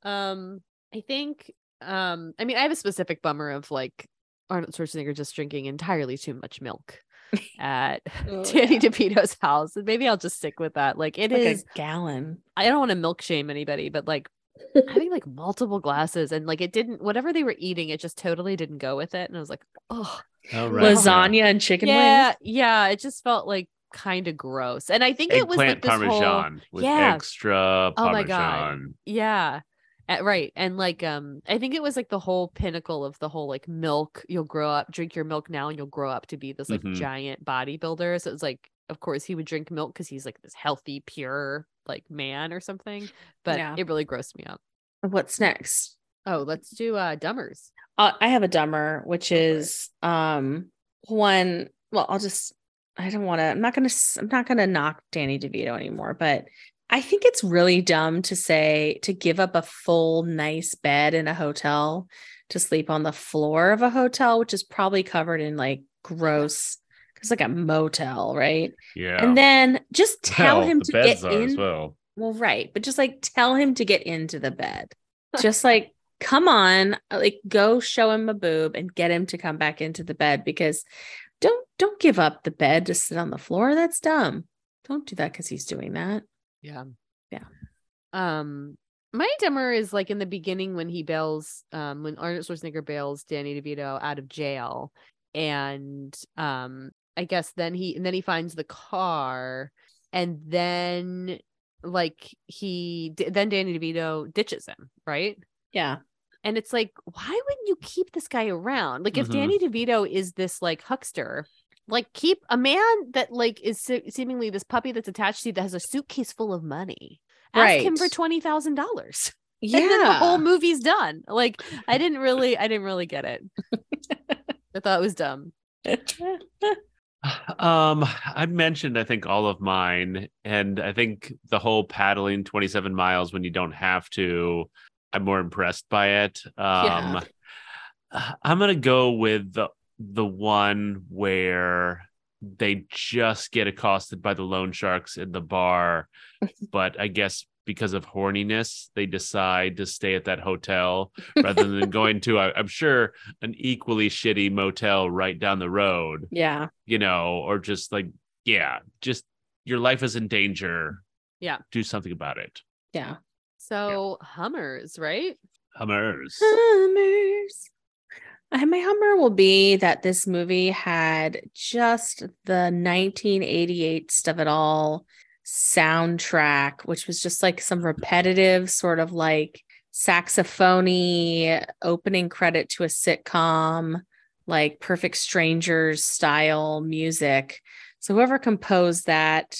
um i think um i mean i have a specific bummer of like arnold schwarzenegger just drinking entirely too much milk at Oh, danny yeah. devito's house and maybe i'll just stick with that like it like is a gallon. I i don't want to milk shame anybody but like having like multiple glasses and like it didn't whatever they were eating it just totally didn't go with it and i was like oh Oh, Lasagna and chicken yeah wings. yeah it just felt like kind of gross and i think it was like Eggplant this whole parmesan with Yeah. extra Oh parmesan. my God. Yeah. Uh, right. And like um I think it was like the whole pinnacle of the whole like milk, you'll grow up, drink your milk now and you'll grow up to be this like Mhm. giant bodybuilder. So it was like of course he would drink milk cuz he's like this healthy, pure like man or something, but Yeah. it really grossed me up. What's next? Oh, let's do uh Dummers. Uh, I have a dumber, which is um one. Well, I'll just. I don't want to. I'm not gonna. s- I'm not gonna knock Danny DeVito anymore, but I think it's really dumb to say to give up a full nice bed in a hotel to sleep on the floor of a hotel, which is probably covered in like gross. It's like a motel, right? Yeah. And then just tell Well, him the to beds get are in. as well. Well, right. But just like tell him to get into the bed. Just like, come on, uh, like go show him a boob and get him to come back into the bed because don't don't give up the bed to sit on the floor. That's dumb. Don't do that because he's doing that. Yeah. Yeah. Um my dumber is like in the beginning when he bails um when Arnold Schwarzenegger bails Danny DeVito out of jail and um I guess then he and then he finds the car and then like he d- then Danny DeVito ditches him, right? Yeah. And it's like, why wouldn't you keep this guy around? Like, if Mhm. Danny DeVito is this like huckster, like keep a man that like is se- seemingly this puppy that's attached to you that has a suitcase full of money. Ask him for Right. twenty thousand dollars. Yeah. And then the whole movie's done. Like, I didn't really, I didn't really get it. I thought it was dumb. Um, I mentioned I think all of mine, and I think the whole paddling 27 miles when you don't have to, I'm more impressed by it. Um, Yeah. I'm gonna go with the the one where they just get accosted by the loan sharks in the bar, but I guess because of horniness, they decide to stay at that hotel rather than going to, I- I'm sure, an equally shitty motel right down the road yeah. you know, or just like, yeah, just your life is in danger. Yeah. Do something about it. Yeah. So Hummers, right? Hummers. Hummers. And my Hummer will be that this movie had just the 1988 stuff it all soundtrack, which was just like some repetitive sort of like saxophony opening credit to a sitcom, like Perfect Strangers style music. So whoever composed that,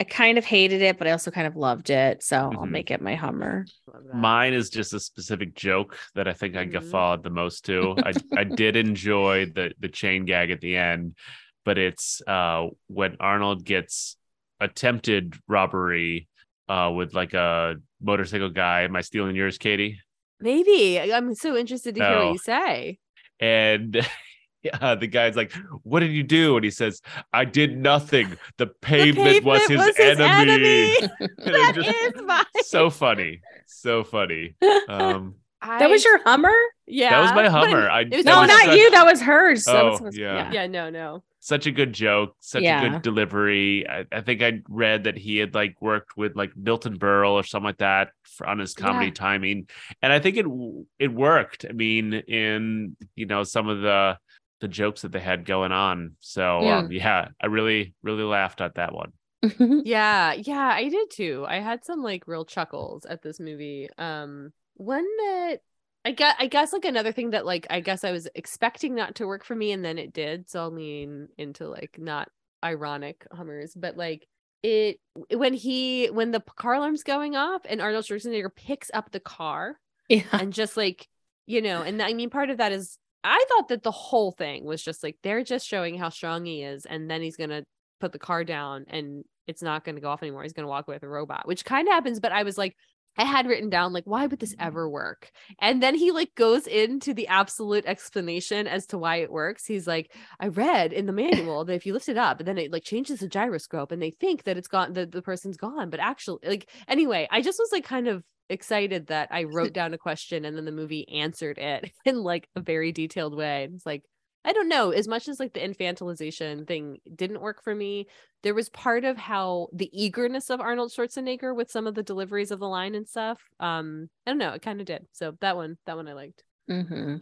I kind of hated it, but I also kind of loved it. So I'll Mhm. make it my Hummer. Love that. Mine is just a specific joke that I think I Mhm. guffawed the most to. I, I did enjoy the the chain gag at the end, but it's uh when Arnold gets attempted robbery uh with like a motorcycle guy. Am I stealing yours, Katie? Maybe I- I'm so interested to hear Oh. what you say. and uh, the guy's like, "What did you do?" And he says, "I did nothing. The pavement, was his enemy." And I'm That just- is my. so funny, so funny. Um, That was your Hummer? yeah. that was my but Hummer. I it was that No, was not such, you. That was hers. That Oh, was- was- yeah. Yeah, no, no. Such a good joke, such a Yeah. good delivery. I, I think I read that he had like worked with like Milton Berle or something like that for, on his comedy Yeah. timing, and I think it w- it worked. I mean, in you know some of the the jokes that they had going on. So um, yeah, I really really laughed at that one. Yeah, yeah, I did too. I had some like real chuckles at this movie. Um one that I got I guess like another thing that like I guess I was expecting not to work for me and then it did. So I'll lean into like not ironic hummers, but like it when he when the car alarm's going off and Arnold Schwarzenegger picks up the car Yeah. and just like you know and i mean part of that is i thought that the whole thing was just like they're just showing how strong he is and then he's gonna put the car down and it's not gonna go off anymore he's gonna walk away with a robot which kind of happens but i was like i had written down like why would this ever work and then he like goes into the absolute explanation as to why it works he's like i read in the manual that if you lift it up then it like changes the gyroscope and they think that it's gone that the person's gone but actually like anyway i just was like kind of excited that I wrote down a question and then the movie answered it in like a very detailed way. It's like, I don't know, as much as like the infantilization thing didn't work for me, there was part of how the eagerness of Arnold Schwarzenegger with some of the deliveries of the line and stuff. Um, I don't know, it kind of did. So that one, that one I liked. Mm-hmm.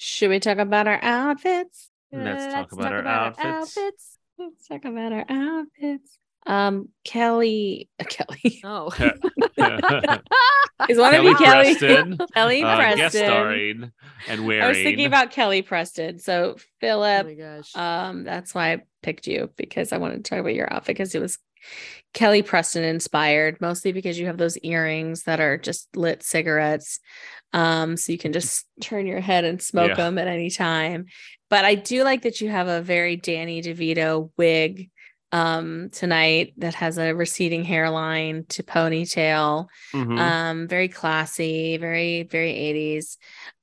Should we talk about our outfits? Let's Uh, talk about our outfits. Let's talk about our outfits. Um, Kelly, uh, Kelly Oh. Yeah. is one of Kelly you, Kelly, Preston, Kelly uh, Preston. guest starring and wearing. I was thinking about Kelly Preston. So oh Philip, my gosh. Um, that's why I picked you because I wanted to talk about your outfit because it was Kelly Preston inspired, mostly because you have those earrings that are just lit cigarettes. Um, so you can just turn your head and smoke Yeah. them at any time. But I do like that you have a very Danny DeVito wig um tonight that has a receding hairline to ponytail Mhm. um very classy very very 80s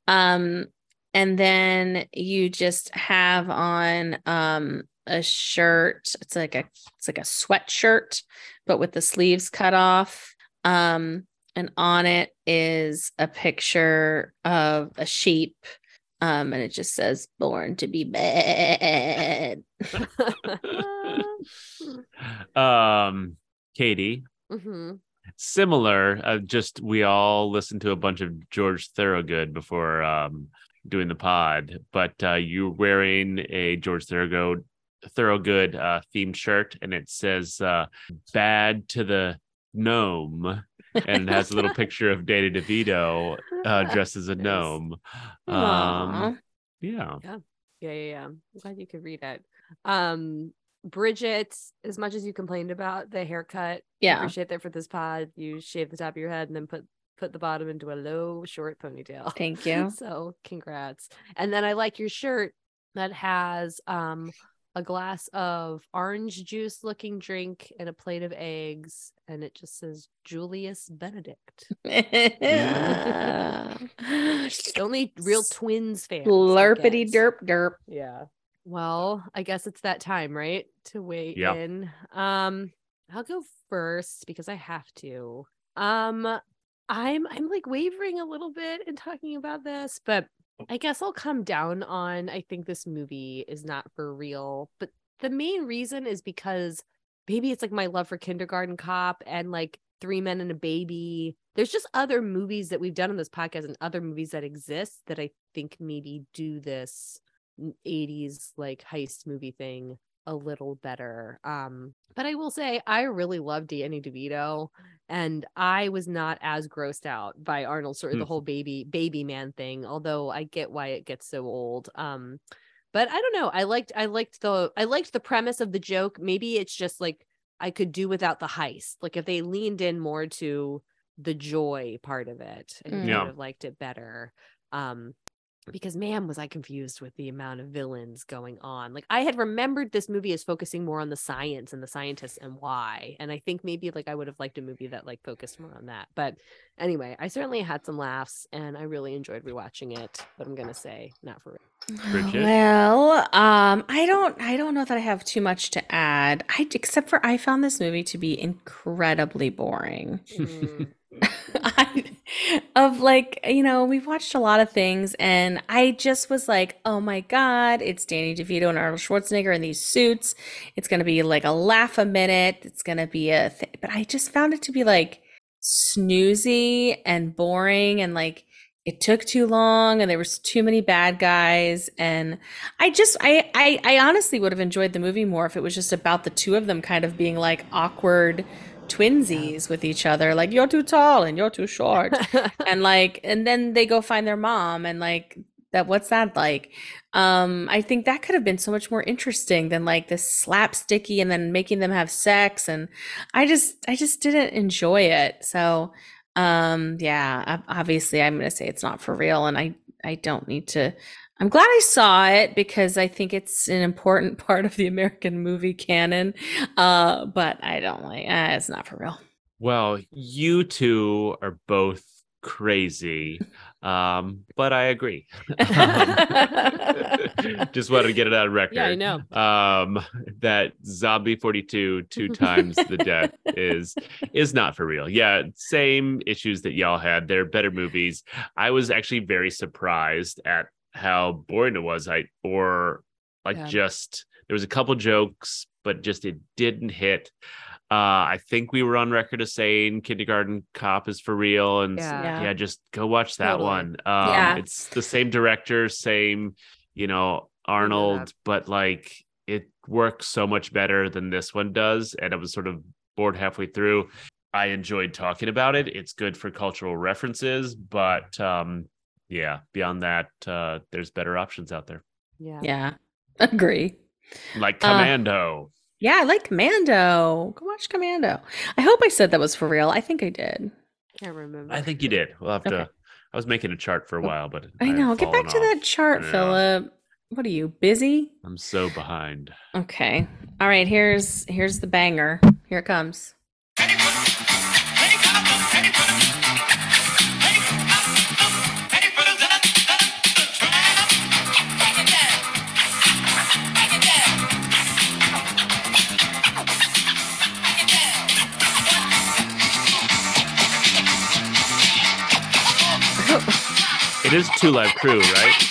um and then you just have on um a shirt it's like a it's like a sweatshirt but with the sleeves cut off um and on it is a picture of a sheep um and it just says born to be bad Uh, Mm-hmm. uh, um, Katie, hmm similar. Uh, just we all listened to a bunch of George Thorogood before um, doing the pod, but uh, you're wearing a George Thorogood Thorogood uh, themed shirt, and it says uh, "Bad to the Gnome," and it has a little picture of Danny DeVito uh, dressed as a Nice. gnome. Aw. Um, yeah. Yeah, yeah, yeah. I'm glad you could read it. Um, Bridget, as much as you complained about the haircut, I yeah appreciate that for this pod. You shave the top of your head and then put put the bottom into a low short ponytail. thank you So congrats. And then I like your shirt that has um a glass of orange juice looking drink and a plate of eggs, and it just says Julius Benedict. The only real twins fans. that Slurpity gets- derp derp. yeah. Well, I guess it's that time, right? To weigh Yeah. in. Um, I'll go first because I have to. Um, I'm I'm like wavering a little bit in talking about this, but I guess I'll come down on I think this movie is not for real, but the main reason is because maybe it's like my love for kindergarten cop and like three men and a baby there's just other movies that we've done on this podcast and other movies that exist that i think maybe do this 80s like heist movie thing a little better. Um, but I will say I really love Danny DeVito, and I was not as grossed out by Arnold sort of the Hmm. whole baby baby man thing, although I get why it gets so old. Um, but I don't know. I liked I liked the I liked the premise of the joke. Maybe it's just like I could do without the heist. Like if they leaned in more to the joy part of it, I Mm. would Yeah. have liked it better. Um, because man was i confused with the amount of villains going on like i had remembered this movie as focusing more on the science and the scientists and why and i think maybe like i would have liked a movie that like focused more on that but anyway i certainly had some laughs and i really enjoyed rewatching it but i'm gonna say not for Bridget? Well, um, I don't, I don't know that I have too much to add. I except for I found this movie to be incredibly boring. real Mm, I, of like, you know, we've watched a lot of things, and I just was like, oh my god, it's Danny DeVito and Arnold Schwarzenegger in these suits. It's gonna be like a laugh a minute. It's gonna be a, th- but I just found it to be like snoozy and boring, and like it took too long, and there was too many bad guys, and I just, I, I, I honestly would have enjoyed the movie more if it was just about the two of them kind of being like awkward twinsies with each other, like you're too tall and you're too short. and like and then they go find their mom and like that what's that like? Um, I think that could have been so much more interesting than like this slapsticky and then making them have sex and I just I just didn't enjoy it. So um yeah, ob- obviously I'm gonna say it's not for real and I I don't need to I'm glad I saw it because I think it's an important part of the American movie canon. Uh, but I don't like uh, it's not for real. Well, you two are both crazy, um, but I agree. Um, just wanted to get it out of record. Yeah, I know. Um, that zombie forty two two times the death is is not for real. Yeah, same issues that y'all had. They're better movies. I was actually very surprised at how boring it was. I or like Yeah. just there was a couple jokes, but just it didn't hit. Uh, I think we were on record as saying Kindergarten Cop is for real, and yeah, Yeah. Yeah. just go watch that Totally. one. Um, Yeah. It's the same director, same you know Arnold, but like it works so much better than this one does, and I was sort of bored halfway through. I enjoyed talking about it. It's good for cultural references, but um, yeah, beyond that, uh, there's better options out there, yeah. Yeah. Agree. like Uh, Commando. Yeah, I like Commando. Go watch Commando. I hope I said that was for real. I think I did. Can't remember. I think you did. We'll have Okay. Oh, to. I was making a chart for a while, but I I've know. Get back fallen to off. that chart, Yeah. Philip. What are you busy? I'm so behind. Okay. All right. Here's here's the banger. Here it comes. It is two live crew, right?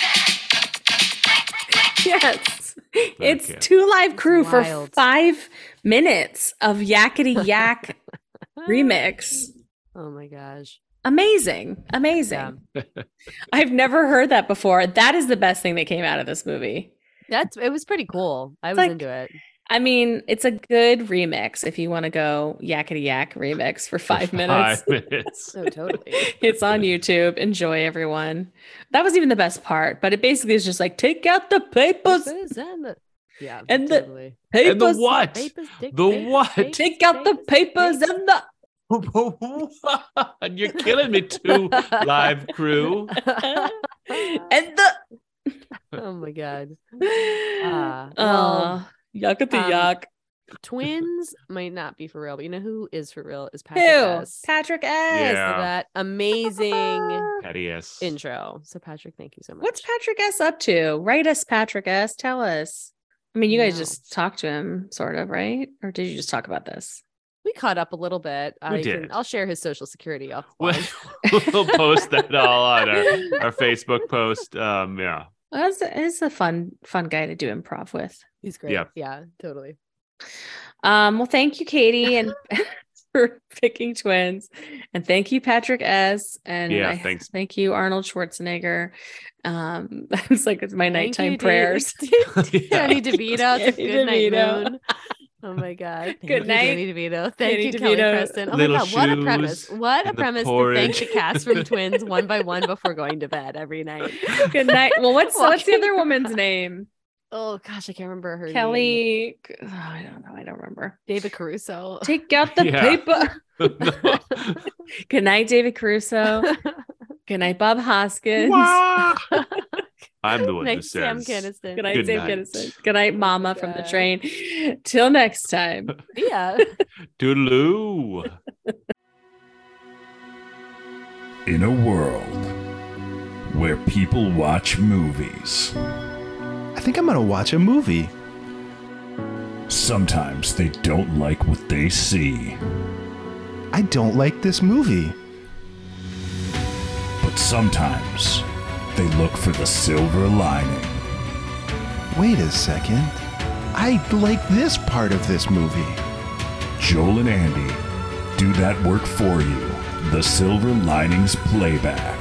Yes. It's Okay. two live crew for wild. five minutes of yakety yak remix. Oh my gosh. Amazing. Amazing. I've never heard that before. That is the best thing that came out of this movie. That's it was pretty cool. I was like- into it. I mean, it's a good remix if you want to go yakety yak remix for five minutes. Five minutes. So Oh, totally. It's on YouTube. Enjoy everyone. That was even the best part, but it basically is just like take out the papers, Papers and the- yeah. and the- totally. papers, And the what? Papers, dick, The papers, what? papers, take out the papers and the What? You're killing me, two live crew. and the oh my god. uh, Ah, well, yakety um, yak. Twins might not be for real, but you know who is for real is Patrick Ew, S. Patrick S. for Yeah. that amazing Patty S. intro. So Patrick, thank you so much. What's Patrick S up to? Write us, Patrick S. Tell us. I mean, you guys No. just talked to him, sort of, right? Or did you just talk about this? we caught up a little bit. I did. Can, I'll share his social security off. we'll we'll post that all on our, our Facebook post. Um, yeah. Well, that's a, it's a fun, fun guy to do improv with. He's great. Yeah. yeah, totally. Um, well, thank you, Katie, and for picking twins, and thank you, Patrick S. And Yeah, I- thanks. thank you, Arnold Schwarzenegger. Um, it's like it's my Thank nighttime you, Dan- prayers. Danny DeVito. It's Danny good night, DeVito. Moon. Oh my God. Thank Good you, night, Danny DeVito. Thank Danny you, Kelly DeVito. Preston. Oh Little my God. What a premise. shoes What a and the premise to thank the porridge. cast from Twins one by one before going to bed every night. Good night. Well, what's what's the Walking other woman's name? Oh gosh, I can't remember her name. Kelly. Oh, I don't know. I don't remember. David Caruso. Take out the Yeah. paper. No. Good night, David Caruso. Good night, Bob Hoskins. Wah! I'm the one who Night, says. Sam Kinison. Good night, Good Sam night. Kinison. Good night, Mama from the God. train. Till next time. Yeah. Toodaloo. In a world where people watch movies, I think I'm gonna watch a movie. sometimes they don't like what they see, I don't like this movie. but sometimes they look for the silver lining. Wait a second. I like this part of this movie. Joel and Andy do that work for you. The Silver Linings Playback.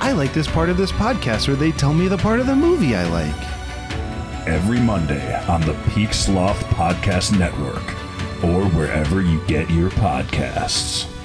I like this part of this podcast, or they tell me the part of the movie I like. Every Monday on the Peak Sloth Podcast Network. or wherever you get your podcasts.